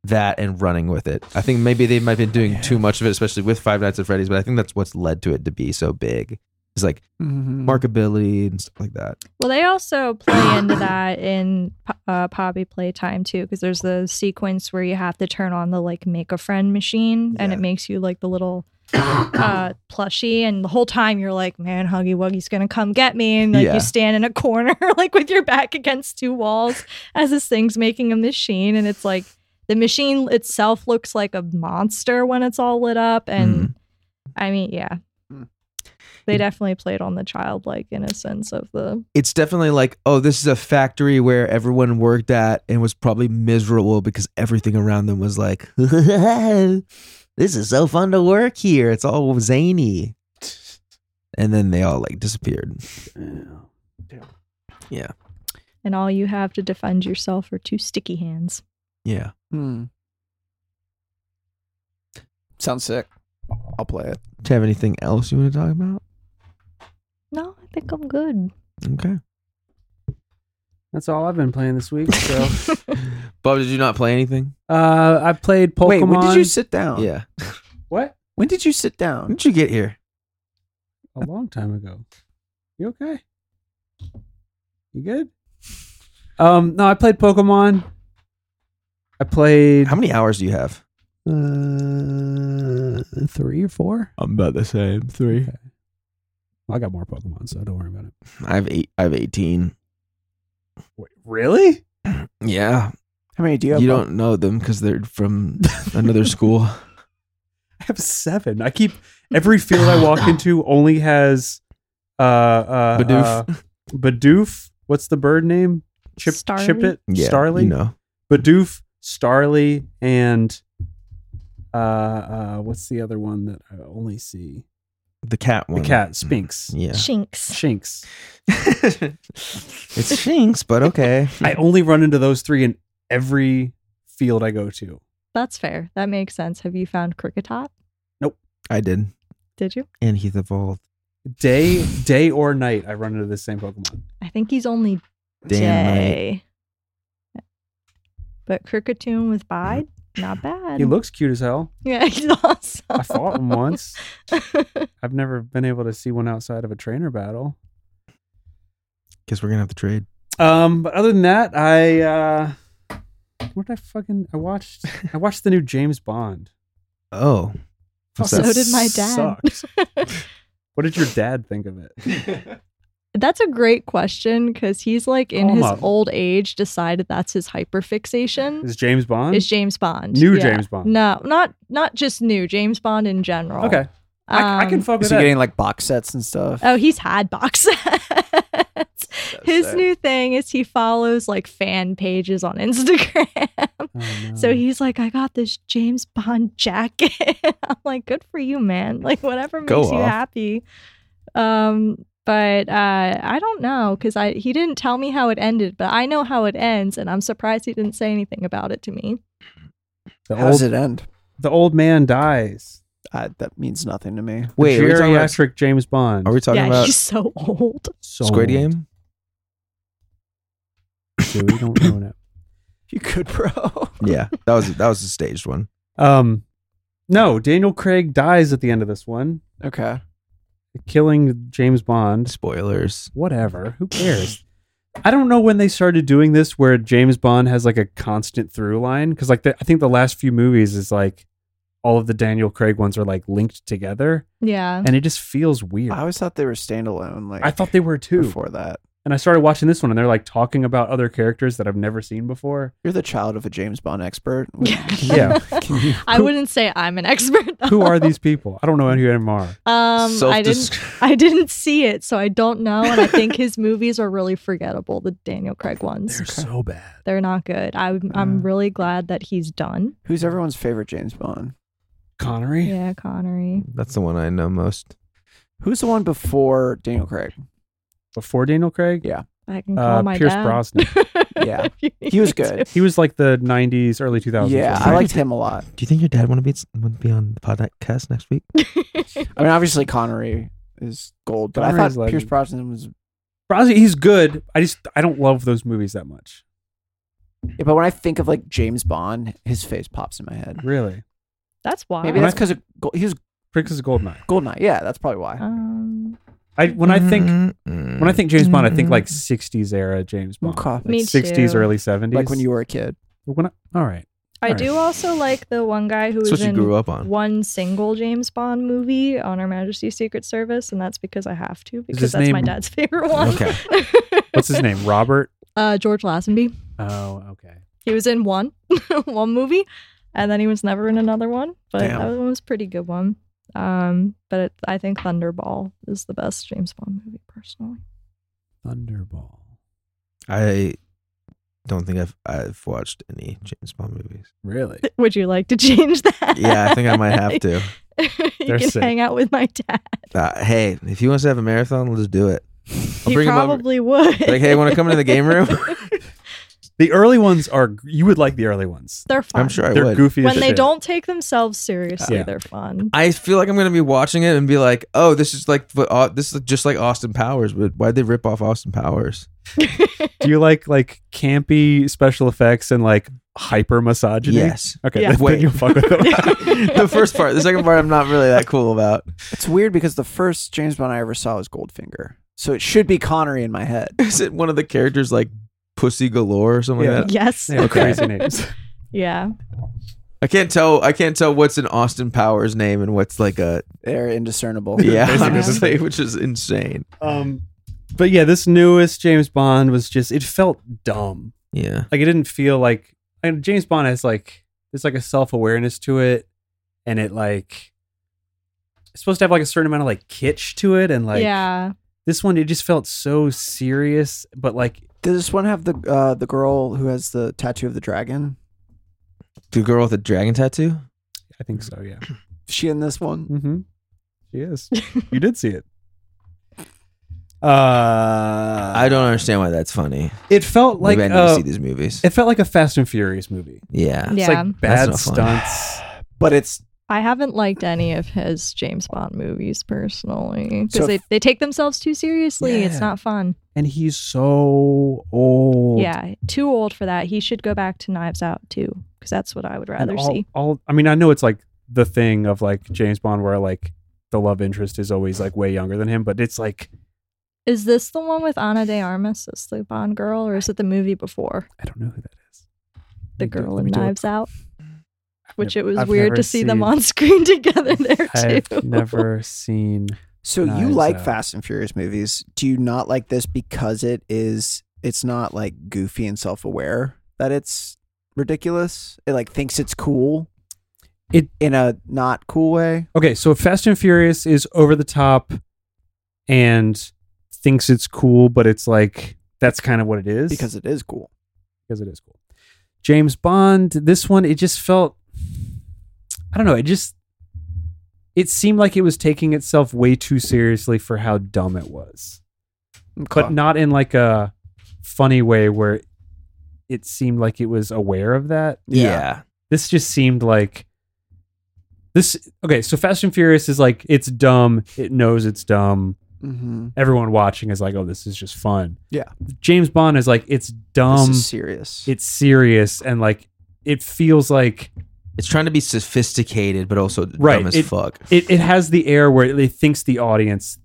that and running with it. I think maybe they might have been doing too much of it, especially with Five Nights at Freddy's, but I think that's what's led to it to be so big. It's like Mm-hmm. markability and stuff like that.
Well, they also play into that in Po- uh, Poppy Playtime too, because there's the sequence where you have to turn on the like make a friend machine, and
Yeah.
it makes you like the little uh, plushie, and the whole time you're like, "Man, Huggy Wuggy's gonna come get me," and like
Yeah.
you stand in a corner, like with your back against two walls, as this thing's making a machine, and it's like the machine itself looks like a monster when it's all lit up, and
Mhm.
I mean, yeah,
Mm.
they definitely played on the childlike innocence of the
it's definitely like, oh, this is a factory where everyone worked at and was probably miserable because everything around them was like, this is so fun to work here. It's all zany. And then they all like disappeared.
and all you have to defend yourself are two sticky hands.
Yeah.
Hmm. Sounds sick. I'll play it.
Do you have anything else you want to talk about?
No, I think I'm good.
Okay.
That's all I've been playing this week. So
Bob, did you not play anything?
uh, I played Pokemon.
Wait, when did you sit down?
Yeah.
what?
When did you sit
How
down?
did you get here?
A long time ago. You okay? You good? Um, no, I played Pokemon. I played
How many hours do you have?
uh, three or four.
I'm about the same. Three.
Well, I got more Pokemon, so don't worry about it.
I have eight I have eighteen.
Wait, really?
Yeah.
How many do you have?
You
Bo?
don't know them because they're from another school.
I have seven. I keep every field I walk into only has uh uh
Bidoof.
uh, Bidoof. What's the bird name? Chip
Starly?
Chip it.
yeah.
Starly.
You know.
Bidoof, Starly, and uh, uh, what's the other one that I only see?
The cat
The
one. Mm.
cat, Sphinx,
Yeah.
Shinks.
Shinx.
it's Shinx, but okay.
I only run into those three in every field I go to.
That's fair. That makes sense. Have you found Cricketot?
I did.
Did you?
And he's evolved.
Day, day or night, I run into the same Pokemon.
I think he's only
Damn right.
day. But Cricketoon with Bide, not bad.
He looks cute as hell.
yeah, he's awesome.
I fought him once. I've never been able to see one outside of a trainer battle.
Guess we're gonna have to trade.
Um, but other than that, I uh, what did I fucking I watched? I watched the new James Bond.
Oh. What's
So
that?
did my dad.
Sucked. what did your dad think of it?
That's a great question because he's like in his
Coma.
old age decided that's his hyperfixation.
Is James Bond?
Is James Bond
New James Bond.
No, not not just new James Bond in general.
okay, I, I can
Um,
fuck with
Is he
that.
getting like box sets and stuff?
Oh, he's had box sets. His new thing is he follows like fan pages on Instagram.
Oh, no.
So he's like, I got this James Bond jacket. I'm like, good for you, man. Like whatever makes
Go
you
off.
happy. Um, but uh, I don't know because I he didn't tell me how it ended, but I know how it ends, and I'm surprised he didn't say anything about it to me.
the
How does
old
it end?
the old man dies.
I, that means nothing to me.
Wait, are we talking about,
geriatric James Bond.
are we talking
yeah,
about
he's so old.
so
Squid Game?
Dude, we don't own it.
You could, bro.
Yeah. That was that was a staged one.
Um, no, Daniel Craig dies at the end of this one,
okay.
killing James Bond.
Spoilers.
whatever. Who cares? I don't know when they started doing this where James Bond has like a constant through line because like the, I think the last few movies is like all of the Daniel Craig ones are like linked together
Yeah.
and it just feels weird.
I
I,
always thought they were standalone. Like
thought they were too.
before that.
And I started watching this one and they're like talking about other characters that I've never seen before.
You're the child of a James Bond expert.
Yeah.
Can you-
I wouldn't say I'm an expert.
Who
though.
are these people? I don't know who any of them are.
Um, I didn't.
Self-desc-
I didn't see it, so I don't know. And I think his movies are really forgettable. The Daniel Craig ones.
They're Uh. so bad.
They're not good. I'm I'm
Yeah.
really glad that he's done.
Who's everyone's favorite James Bond?
Connery?
Yeah, Connery.
That's the one I know most.
Who's the one before Daniel Craig?
Before Daniel Craig?
Yeah.
I can call
Uh,
Oh my
Pierce
dad.
Brosnan.
Yeah.
If you
He was
need to.
good.
He was like the 90s, early 2000s.
Yeah, I liked him a lot.
Do you think your dad wanna be would be on the podcast next week?
I mean, obviously Connery is gold, but I
Connery's
thought
legend.
Pierce Brosnan was.
Brosnan, he's good. I just, I don't love those movies that much.
Yeah, but when I think of like James Bond, his face pops in my head.
Really?
That's why.
Maybe that's because he was
Princess Goldeneye.
Goldeneye. Yeah, that's probably why.
um,
I when I think when
when
I think James Bond, I
Mm-hmm.
think like '60s era James Bond,
Okay.
like
Me
'60s
too.
early '70s.
Like when you were a kid.
When I- all right,
I do also like the one guy who
That's
was
what you
in
grew up on.
one single James Bond movie on Her Majesty's Secret Service, and that's because I have to
his
because that's my
name-
dad's favorite one.
Okay.
What's his name? Robert.
Uh, George Lazenby.
Oh, okay.
He was in one one movie, and then he was never in another one. But
Damn.
that one was a pretty good one. Um, but it, I think Thunderball is the best James Bond movie personally.
Thunderball.
I don't think I've I've watched any James Bond movies.
Really?
Would you like to change that?
Yeah, I think I might have to.
you
They're
can
sick.
hang out with my dad.
Uh, hey, if he wants to have a marathon, let's do it. I'll
he
bring him over.
probably would.
Like, hey, want to come into the game room?
The early ones are. You would like the early ones.
They're fun.
I'm sure I
They're
would.
goofy. as
when they
shit.
don't take themselves seriously,
Yeah.
they're fun.
I feel like I'm gonna be watching it and be like, oh, this is like what- uh, this is just like Austin Powers, but why'd they rip off Austin Powers?
Do you like like campy special effects and like hyper misogyny?
Yes.
Okay.
Yeah.
Then
Wait.
you'll fuck with them.
the first part, the second part, I'm not really that cool about.
It's weird because the first James Bond I ever saw was Goldfinger, so it should be Connery in my head.
Is it one of the characters like Pussy Galore or something
Yeah.
like that?
yes.
They have crazy names.
Yeah.
I can't tell. I can't tell what's an Austin Powers name and what's like a
They're indiscernible.
yeah,
Basically.
honestly, which is insane.
Um, but yeah, this newest James Bond was just. It felt dumb.
Yeah.
like it didn't feel like and James Bond has like there's like a self awareness to it, and it like it's supposed to have like a certain amount of like kitsch to it, and like
yeah.
this one it just felt so serious, but like
Does this one have the uh, the girl who has the tattoo of the dragon?
The girl with the dragon tattoo?
I think so, yeah.
Is she in this one?
Mm-hmm. She is. you did see it. Uh,
I don't understand why that's funny.
It felt like
Maybe I need to
uh,
see these movies.
it felt like a Fast and Furious movie.
yeah.
It's
Yeah.
That's
like bad
not fun.
stunts.
But it's
I haven't liked any of his James Bond movies personally because
So-
they, they take themselves too seriously.
Yeah.
It's not fun.
And he's so old.
Yeah, too old for that. He should go back to Knives Out too, because that's what I would
And
rather
all,
see.
all- I mean, I know it's like the thing of like James Bond where like the love interest is always like way younger than him, but it's like
Is this the one with Ana de Armas as the Bond girl, or is it the movie before
I don't know who that is.
the
Let me do-
girl
let
in
me do a-
Knives Out?
I've
Which
nev-
it was
I've
weird
never
to see them
seen-
on screen together there too.
I've never seen.
so you
Knives
like
Out.
Fast and Furious movies. Do you not like this because it is it's not like goofy and self aware that it's ridiculous? It like thinks it's cool.
It-
in a not cool way.
Okay, so Fast and Furious is over the top and thinks it's cool, but it's like that's kind of what it is
Because it is cool.
because it is cool. James Bond, this one, it just felt I don't know, it just it seemed like it was taking itself way too seriously for how dumb it was. But not in like a funny way where it seemed like it was aware of that.
Yeah.
This just seemed like this okay, so Fast and Furious is like it's dumb, it knows it's dumb.
hmm
Everyone watching is like, "Oh, this is just fun."
Yeah.
James Bond is like, "It's dumb."
this is serious.
it's serious and like it feels like
It's trying to be sophisticated, but also
Right,
dumb as
it-
fuck.
it, it has the air where it thinks the audience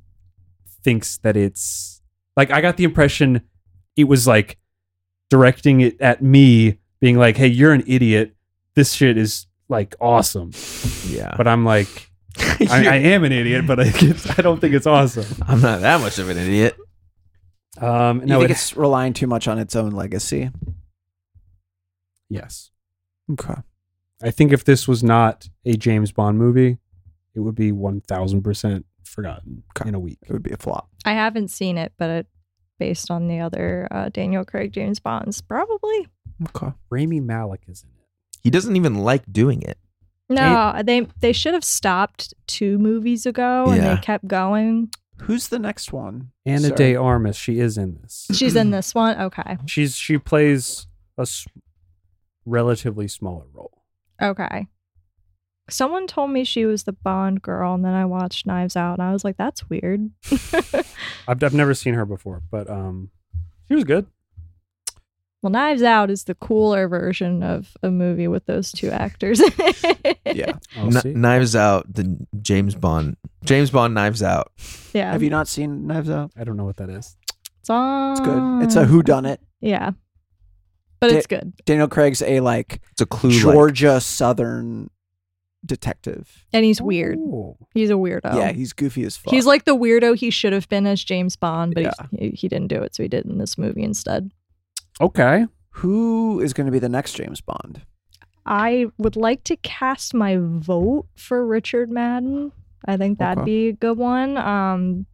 thinks that it's like I got the impression it was like directing it at me being like, Hey, you're an idiot. This shit is like awesome.
Yeah.
But I'm like I, I am an idiot, but I, it's, I don't think it's awesome.
I'm not that much of an idiot.
Um
you
no,
think
it-
it's relying too much on its own legacy?
yes.
Okay.
I think if this was not a James Bond movie, it would be one thousand percent forgotten
Okay.
in a week.
It would be a flop.
I haven't seen it, but it, based on the other uh, Daniel Craig James Bonds, probably.
Okay.
Rami Malik is in it.
He doesn't even like doing it.
No, they they should have stopped two movies ago, and
Yeah.
they kept going.
Who's the next one?
Anna
Sorry.
De Armas, she is in this.
She's in this one. Okay,
She's she plays a s- relatively smaller role.
okay. Someone told me she was the Bond girl, and then I watched Knives Out, and I was like, "That's weird."
I've, I've never seen her before, but um, she was good.
well, Knives Out is the cooler version of a movie with those two actors. in it.
Yeah.
I'll
Kn-
Oh, see.
Knives Out, the James Bond. James Bond Knives Out.
yeah.
Have you not seen Knives Out?
I don't know what that is.
it's, on...
It's good. It's a who done it.
Yeah. but
Di-
it's good.
Daniel Craig's a like
It's a clue.
Georgia Southern detective.
And he's weird.
Oh.
He's a weirdo.
Yeah, he's goofy as fuck.
Oh. He's like the weirdo he should have been as James Bond, but he, he didn't do it, so he did in this movie instead.
Okay.
who is going to be the next James Bond?
I would like to cast my vote for Richard Madden. I think that'd
Okay.
be a good one. Um,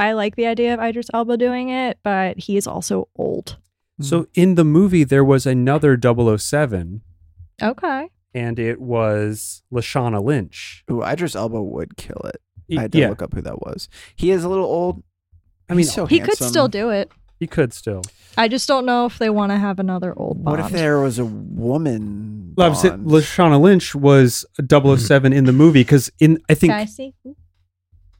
I like the idea of Idris Elba doing it, but he is also old.
So in the movie, there was another 007,
Okay.
and it was Lashana Lynch.
Ooh, Idris Elba would kill it. I had to
yeah,
look up who that was. He is a little old.
I mean,
He's so
he could
handsome.
still do it.
he could still.
I just don't know if they want to have another old Bond.
What if there was a woman?
Well, I was saying
Bond?
Lashana Lynch was 007 in the movie because in I think
Can I see?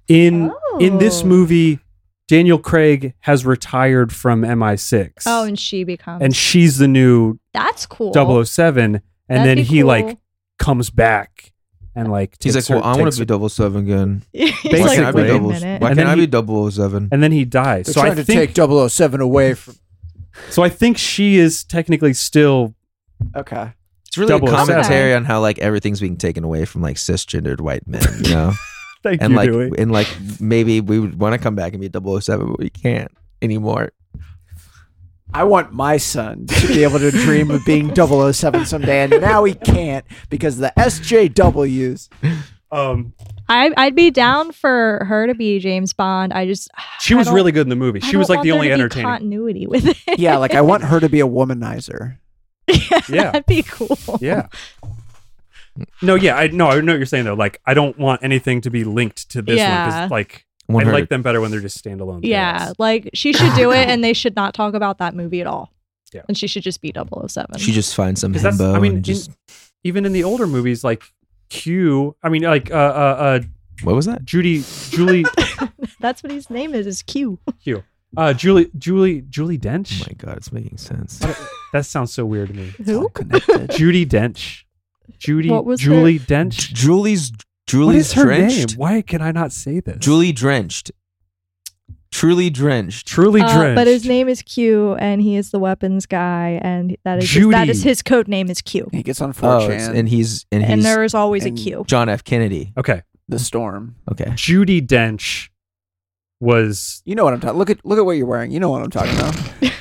in in this
Oh.
movie, Daniel Craig has retired from MI6.
Oh, and she becomes.
and she's the new
that's cool.
007 and
That'd
then
be
he like
cool.
comes back and like
He's like,
takes
well,
her-
I want
takes
to be
her-
double seven again.
He's
Why
like,
can't I be
Basically.
wait a
double?
minute.
Why
And
can't
then
I be
he-
double seven?
and then he dies.
They're
So
trying
I
to
think
take 007 away from.
so I think she is technically still
Okay.
It's really a
007.
commentary on how like everything's being taken away from like cisgendered white men, you know,
thank
and
you
like
Dewey.
and like maybe we would want to come back and be 007, but we can't anymore.
I want my son to be able to dream of being 007 someday, and now he can't because of the SJWs.
um
I, I'd be down for her to be James Bond. I just
she
I
was
don't-
really good in the movie.
I
She
don't
was like
want
the
there
only
to be
entertaining.
continuity with it.
Yeah, like I want her to be a womanizer.
Yeah.
that'd be cool.
Yeah. No, yeah, I no, I know what you're saying though. Like, I don't want anything to be linked to this one
Yeah.
because, like,
Want
I
her
like
to-
them better when they're just standalone.
yeah.
tales.
Like she should do it, and they should not talk about that movie at all.
Yeah.
and she should just be 007.
she just finds some
'Cause that's-
himbo.
I mean,
and
in-
just
even in the older movies, like Q. I mean, like uh, uh, uh
what was that?
Judy, Julie,
That's what his name is. Is Q.
uh, Julie, Julie, Julie
Oh
Dench.
my god, it's making sense.
That sounds so weird to me.
Who?
Judy Dench. Judy,
What was
Julie Dench.
Julie's Julie's
what is her name?
drenched.
Why can I not say this?
Julie drenched. Truly drenched.
Truly
Uh,
drenched.
but his name is Q, and he is the weapons guy, and that is that
Judy.
is his code name is Q,
He gets on
Oh,
4chan
it's- and he's and he's
and there is always
and-
a Q.
John F. Kennedy.
Okay,
the storm.
Okay.
Judy Dench was
You know what I'm talking. Look at look at what you're wearing. You know what I'm talking about.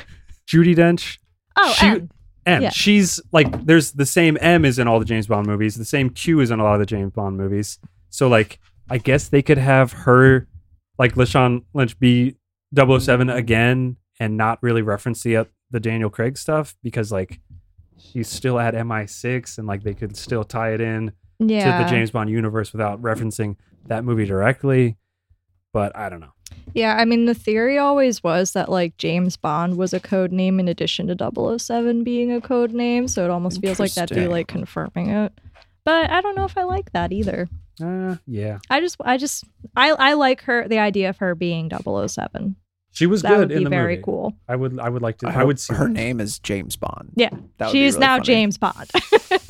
Judy Dench.
Oh,
Shoot.
and
M.
Yeah.
She's like, there's the same M is in all the James Bond movies. The same Q is in a lot of the James Bond movies. So like, I guess they could have her, like Lashawn Lynch, be 007 again and not really reference the uh, the Daniel Craig stuff because like, she's still at MI6 and like they could still tie it in
yeah,
to the James Bond universe without referencing that movie directly. But I don't know.
Yeah, I mean, the theory always was that like James Bond was a code name in addition to 007 being a code name, so it almost feels like that'd be
Interesting.
like confirming it. But I don't know if I like that either.
Uh, yeah,
I just, I just, I, I like her the idea of her being 007.
she was
That
good
would be
in the
very
movie.
cool.
I would, I would like to. I,
hope
would see
her name is James Bond.
Yeah,
That would be
she is
really
now
funny.
James Bond.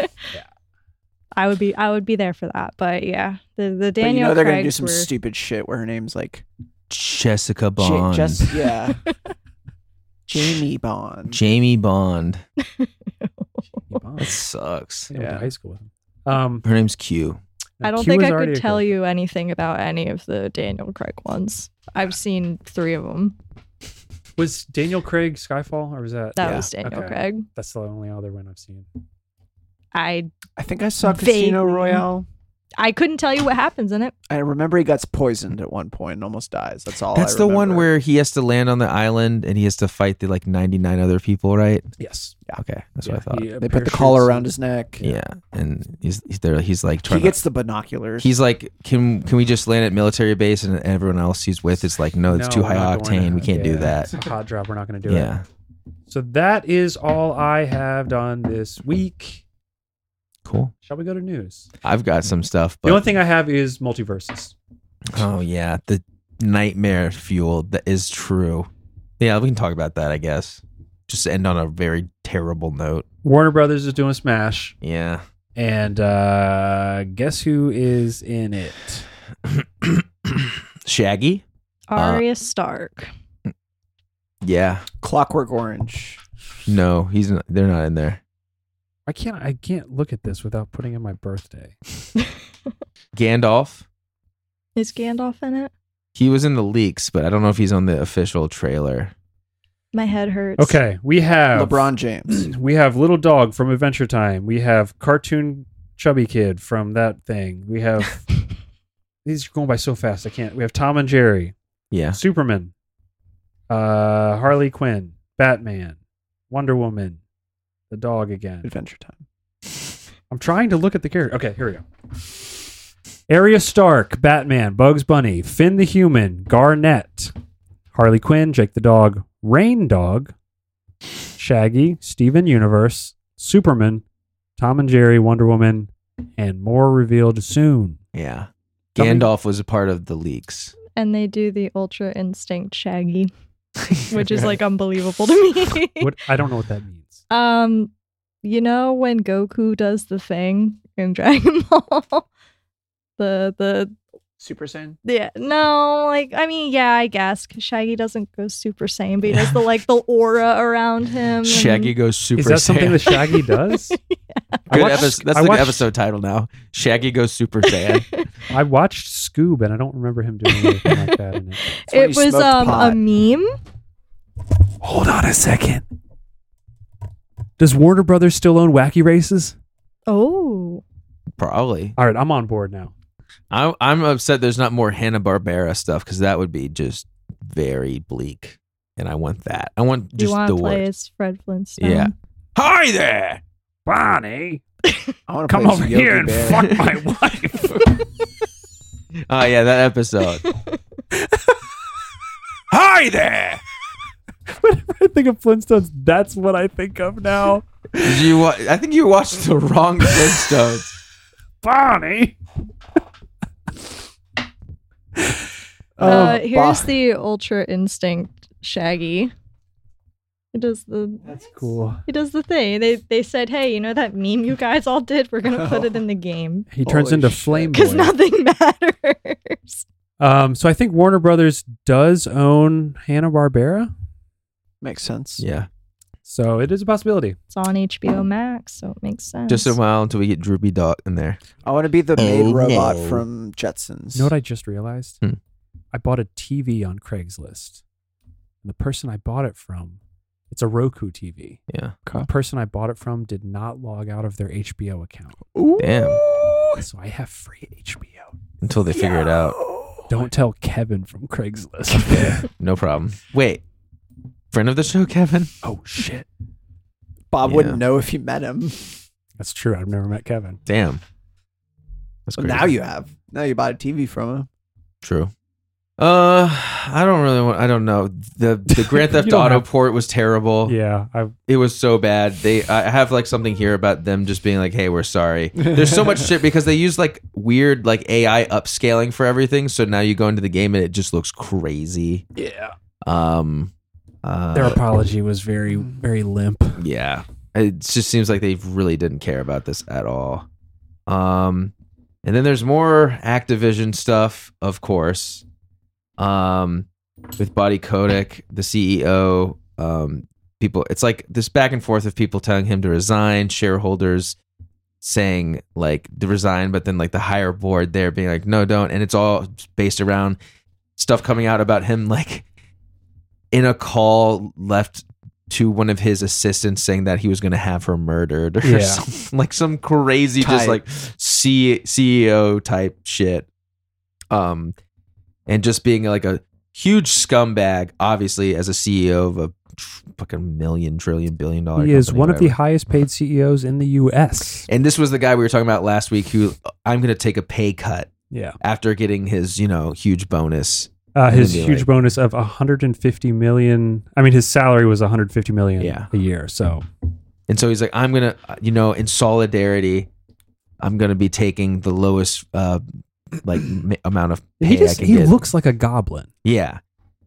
I would be, I would be there for that. But yeah, the the
But you
Daniel
know they're gonna do
Craigs
some
were-
stupid shit where her name's like
Jessica
Ja-
Bond.
Jess- yeah, Jamie Bond.
Jamie Bond. That
Bond.
sucks.
I went
Yeah.
to high school with him. Um,
Her name's Q.
I don't think I could tell you anything about any of the Daniel Craig ones. I've seen three of them.
Was Daniel Craig Skyfall, or was that?
That
Yeah,
was Daniel
okay.
Craig.
That's the only other one I've seen.
I
I think I saw Casino
Vaguely.
Royale.
I couldn't tell you what happens in it.
I remember he gets poisoned at one point and almost dies. That's all. I
That's the one
remember.
where he has to land on the island and he has to fight the like 99 other people, right?
Yes,
Okay, that's what I thought.
they put the collar around his neck.
uh, Yeah, and he's he's there. He's like
He
trying.
gets the binoculars.
to, he's like, can can we just land at military base and everyone else he's with is like, no, Oh, it's too high octane. We can't do
It's
that.
a hot drop. We're not going to do
Yeah,
it. So that is all I have done this week.
cool.
Shall we go to news?
I've got some stuff,
the only
but
thing I have is multiverses.
oh yeah, the nightmare fuel that is true. Yeah, we can talk about that. I guess just end on a very terrible note.
Warner Brothers is doing Smash,
Yeah.
and uh guess who is in it?
Shaggy?
Uh,
Arya Stark.
Yeah.
Clockwork Orange.
No, he's not. They're not in there.
I can't. I can't look at this without putting in my birthday.
Gandalf.
Is Gandalf in it?
He was in the leaks, but I don't know if he's on the official trailer.
My head hurts.
Okay, we have
LeBron James.
We have little dog from Adventure Time. We have cartoon chubby kid from that thing. We have these are going by so fast. I can't. We have Tom and Jerry,
Yeah.
Superman, uh, Harley Quinn, Batman, Wonder Woman, the dog again.
Adventure Time.
I'm trying to look at the character. Okay, here we go. Arya Stark, Batman, Bugs Bunny, Finn the Human, Garnet, Harley Quinn, Jake the Dog, Rain Dog, Shaggy, Steven Universe, Superman, Tom and Jerry, Wonder Woman, and more revealed soon.
Yeah.
Tell me-
Gandalf was a part of the leaks.
And they do the Ultra Instinct Shaggy, which is like unbelievable to me.
What I don't know what that means.
Um, you know when Goku does the thing in Dragon Ball, the the
Super Saiyan.
yeah no like I mean yeah I guess 'cause Shaggy doesn't go Super Saiyan, but he does the like the aura around him. and-
Shaggy goes super.
Is that something
Saiyan.
that Shaggy does? I
Good
watched-
episode. That's
I
the
watched-
episode title now. Shaggy goes super Saiyan.
I watched Scoob, and I don't remember him doing anything like that. In it.
That's when
it
he
was
smoked
um
pot.
a meme.
Hold on a second. Does Warner Brothers still own Wacky Races?
Oh,
Probably.
All right, I'm on board now.
I'm I'm upset. There's not more Hanna Barbera stuff because that would be just very bleak, and I want that. I want
you
just
want
the
to play
worst.
as Fred Flintstone?
Yeah. Hi there.
Bonnie,
I want to play some Yogi Bear.
my wife.
Oh yeah, that episode. Hi there.
Whenever I think of Flintstones, that's what I think of now.
Did you? Wa- I think you watched the wrong Flintstones.
Bonnie.
Uh,
Oh,
here's
bah.
the Ultra Instinct Shaggy. It does the
That's cool.
He does the thing. They they said, "Hey, you know that meme you guys all did? We're gonna put it in the game
He turns
Holy
into
shit.
Flame Boy.
because nothing matters."
um, so I think Warner Brothers does own Hanna Barbera,
Makes sense.
yeah.
so it is a possibility.
It's on HBO Max, so it makes sense.
Just a while until we get Droopy Dog in there.
I want to be the maid
Oh,
robot
no.
from Jetsons.
You know what I just realized?
Hmm.
I bought a TV on Craigslist. And the person I bought it from, it's a Roku TV.
Yeah.
The person I bought it from did not log out of their HBO account.
Damn.
So I have free HBO.
Until they figure it out.
Don't tell Kevin from Craigslist.
No problem. Wait. Friend of the show, Kevin.
oh shit.
Bob
Yeah.
wouldn't know if you met him.
That's true. I've never met Kevin.
Damn. That's
Well,
crazy.
now you have. Now you bought a TV from him.
True. Uh, I don't really want. I don't know. the The Grand
You
Theft
don't
Auto
have-
port was terrible.
Yeah. I
It was so bad. They, I have like something here about them just being like, "Hey, we're sorry." There's so much shit because they use like weird like AI upscaling for everything. So now you go into the game and it just looks crazy.
Yeah.
Um, uh,
Their apology was very, very limp.
yeah it just seems like they really didn't care about this at all um and then there's more activision stuff of course um with body kodak the ceo um people it's like this back and forth of people telling him to resign shareholders saying like to resign but then like the higher board there being like no don't and it's all based around stuff coming out about him like in a call left to one of his assistants saying that he was going to have her murdered or
Yeah.
something like some crazy just
Type.
like C- CEO type shit um and just being like a huge scumbag obviously as a CEO of a tr- fucking million trillion billion dollar
He is
company,
one of the
whatever.
highest paid CEOs in the US.
and this was the guy we were talking about last week who uh, I'm going to take a pay cut
Yeah.
after getting his you know huge bonus
Uh,
And
his
then be
huge
like-
bonus of 150 million. I mean, his salary was 150 million
Yeah.
a year. So
And so he's like, I'm gonna, uh, you know, in solidarity, I'm gonna be taking the lowest, uh, like m- amount of pay
he just
I can
he
get.
looks like a goblin.
yeah.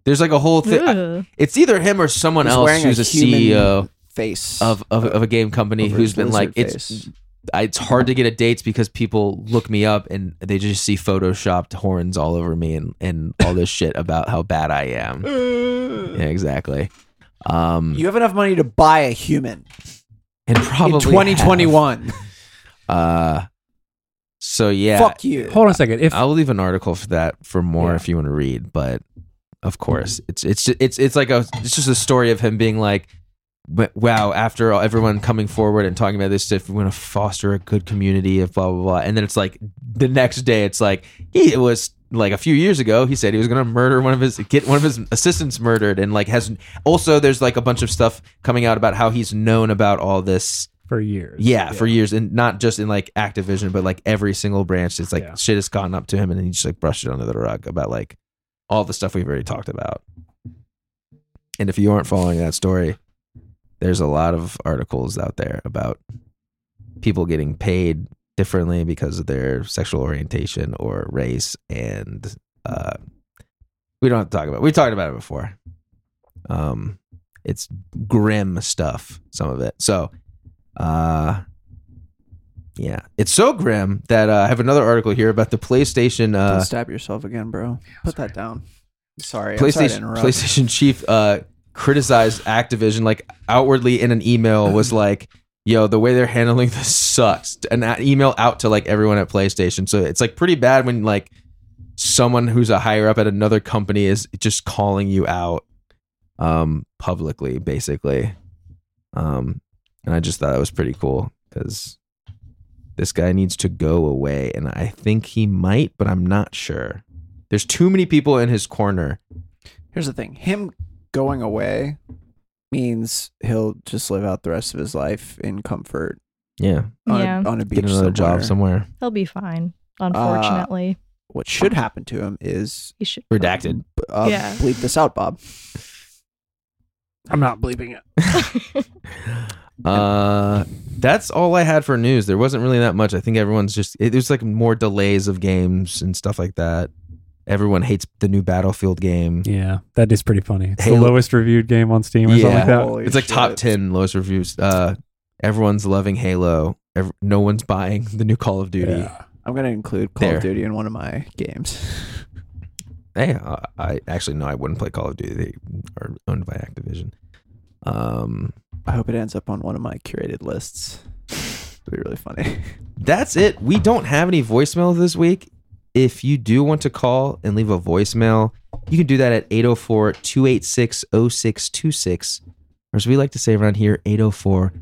There's like a whole thing.
Ugh.
It's either him or someone
He's
else
wearing
who's a,
human
CEO
face
of, of of a game company
over
who's
his
been like,
lizard
it's
face.
I, it's hard to get at dates because people look me up and they just see photoshopped horns all over me and and all this shit about how bad I am. Yeah, exactly. Um,
You have enough money to buy a human
and probably
in
have-
2021.
uh, so yeah,
Fuck you.
Hold on a second. If
Uh, I'll leave an article for that for more
Yeah. Mm-hmm.
if you want to read. But of course, it's it's ju- it's it's like a it's just a story of him being like, "Wa- wow, after all, everyone coming forward and talking about this stuff, we want to foster a good community of blah blah blah. And then it's like the next day, it's like he it was like a few years ago he said he was going to murder one of his get one of his assistants murdered and like has also there's like a bunch of stuff coming out about how he's known about all this
for years,
yeah, for years, and not just in like Activision, but like every single branch. It's like
Yeah.
shit has gotten up to him, and then he just like brushed it under the rug about like all the stuff we've already talked about. And if you aren't following that story, there's a lot of articles out there about people getting paid differently because of their sexual orientation or race, and uh, we don't have to talk about. It. We talked about it before. Um, it's grim stuff. Some of it. So uh yeah. It's so grim that uh, I have another article here about the PlayStation
Don't
uh
stab yourself again, bro. Put that down. Sorry. I'm sorry to
PlayStation
interrupt.
PlayStation chief uh criticized Activision like outwardly in an email was like yo the way they're handling this sucks an a- email out to like everyone at PlayStation so it's like pretty bad when like someone who's a higher up at another company is just calling you out um publicly basically um and I just thought that was pretty cool cuz this guy needs to go away and I think he might but I'm not sure there's too many people in his corner
Here's the thing him going away means he'll just live out the rest of his life in comfort
Yeah.
on,
Yeah.
a, on a beach
Get another
somewhere.
job somewhere.
He'll be fine. Unfortunately,
What should happen to him is
he should.
Redacted.
uh,
Yeah.
bleep this out, Bob.
I'm not bleeping it.
Uh that's all I had for news. There wasn't really that much. I think everyone's just it, there's like more delays of games and stuff like that. Everyone hates the new Battlefield game.
Yeah, that is pretty funny. It's the
Halo-
lowest reviewed game on Steam or something like
Yeah.
that.
Holy
it's like top
shit.
10 lowest reviews. Uh everyone's loving Halo. Ev- no one's buying the new Call of Duty.
Yeah.
I'm gonna include Call of
There.
Duty in one of my games.
Hey, I, I actually no, I wouldn't play Call of Duty. They are owned by Activision. Um
I hope it ends up on one of my curated lists. It'd be really funny.
that's it. We don't have any voicemail this week. If you do want to call and leave a voicemail, you can do that at 804 286 0626. Or as we like to say around here, 804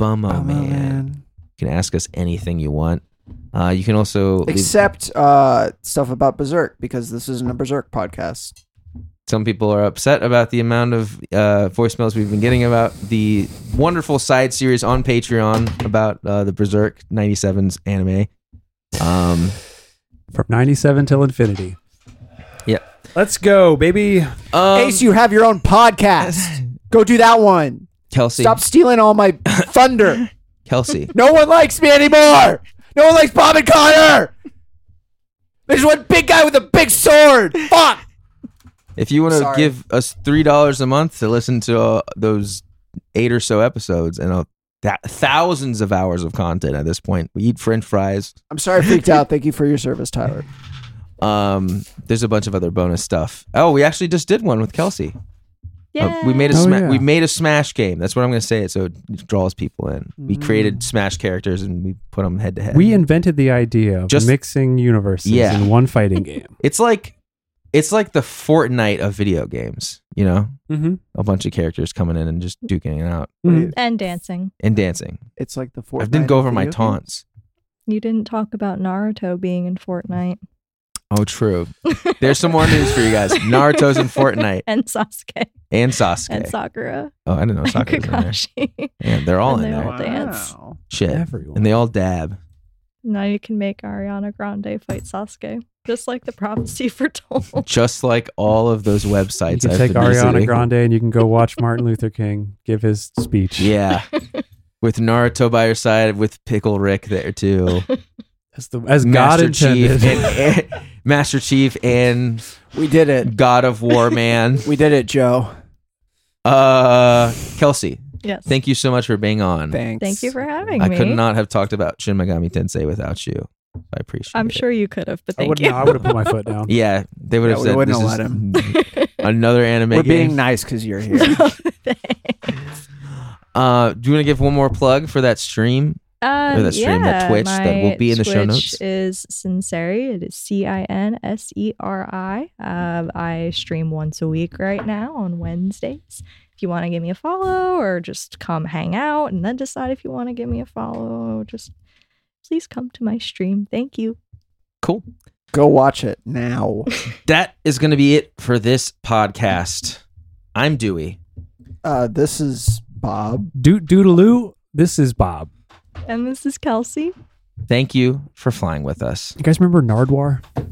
Bumma
Oh,
man. You can ask us anything you want. Uh, you can also leave-
Except uh, stuff about Berserk because this isn't a Berserk podcast.
some people are upset about the amount of uh, voicemails we've been getting about the wonderful side series on Patreon about uh, the Berserk 97's anime. Um,
From 97 till infinity.
Let's go, baby.
um,
Ace, you have your own podcast. Go do that one.
Kelsey,
Stop stealing all my thunder.
Kelsey.
No one likes me anymore. No one likes Bob and Connor. There's one big guy with a big sword. Fuck.
If you want to
Sorry.
give us three dollars a month to listen to uh, those eight or so episodes and uh, that thousands of hours of content at this point, we eat French fries.
I'm sorry, I freaked out. Thank you for your service, Tyler.
Um, there's a bunch of other bonus stuff. Oh, we actually just did one with Kelsey.
Yeah.
Uh, we made a
Oh,
sma-
yeah.
we made a Smash game. That's what I'm going to say. It so it draws people in. We created Smash characters and we put them head to head.
We invented the idea of
Just-
mixing universes
Yeah.
in one fighting game.
It's like it's like the Fortnite of video games. You know,
mm-hmm.
a bunch of characters coming in and just duking it out
and dancing.
and dancing.
It's like the four.
I didn't Hmm. go over my taunts.
You didn't talk about Naruto being in Fortnite.
Oh, true. There's some more news for you guys. Naruto's in Fortnite
and Sasuke
and Sasuke.
and Sakura
oh, I didn't know
and
Sasuke was in there.
Kakashi.
Yeah, they're all
And
in
they
there.
all- dance.
Shit.
Everyone.
And they all dab.
now you can make Ariana Grande fight Sasuke, just like the prophecy foretold.
Just like all of those
you
websites
can
I've
take
been
Ariana
visiting.
Grande and you can go watch Martin Luther King give his speech.
Yeah. with Naruto by your side, with Pickle Rick there too.
As, the, as God
Master
intended.
Chief and, and- Master Chief and
We did it.
God of War man.
We did it, Joe.
Uh Kelsey,
yes.
thank you so much for being on.
Thanks.
Thank you for having
I
me.
could not have talked about Shin Megami Tensei without you. I appreciate
I'm
it.
sure you could have, but
I
thank
would
you.
I would have put my foot down.
Yeah, they would
Yeah,
have
we
said
wouldn't
this
have
is- Another anime.
We're
game.
being nice because you're here.
Uh, do you want to give one more plug for that stream?
Um,
that stream, that
yeah,
Twitch that will
my
be in the show
Twitch
notes.
Is Sinceri. It is C I N S E R I. Um, I stream once a week right now on Wednesdays. If you want to give me a follow or just come hang out and then decide if you want to give me a follow, just please come to my stream. Thank you.
Cool.
Go watch it now.
That is going to be it for this podcast. I'm Dewey.
Uh, this is Bob.
Doot doodaloo. This is Bob.
And this is Kelsey.
Thank you for flying with us.
You guys remember Nardwar?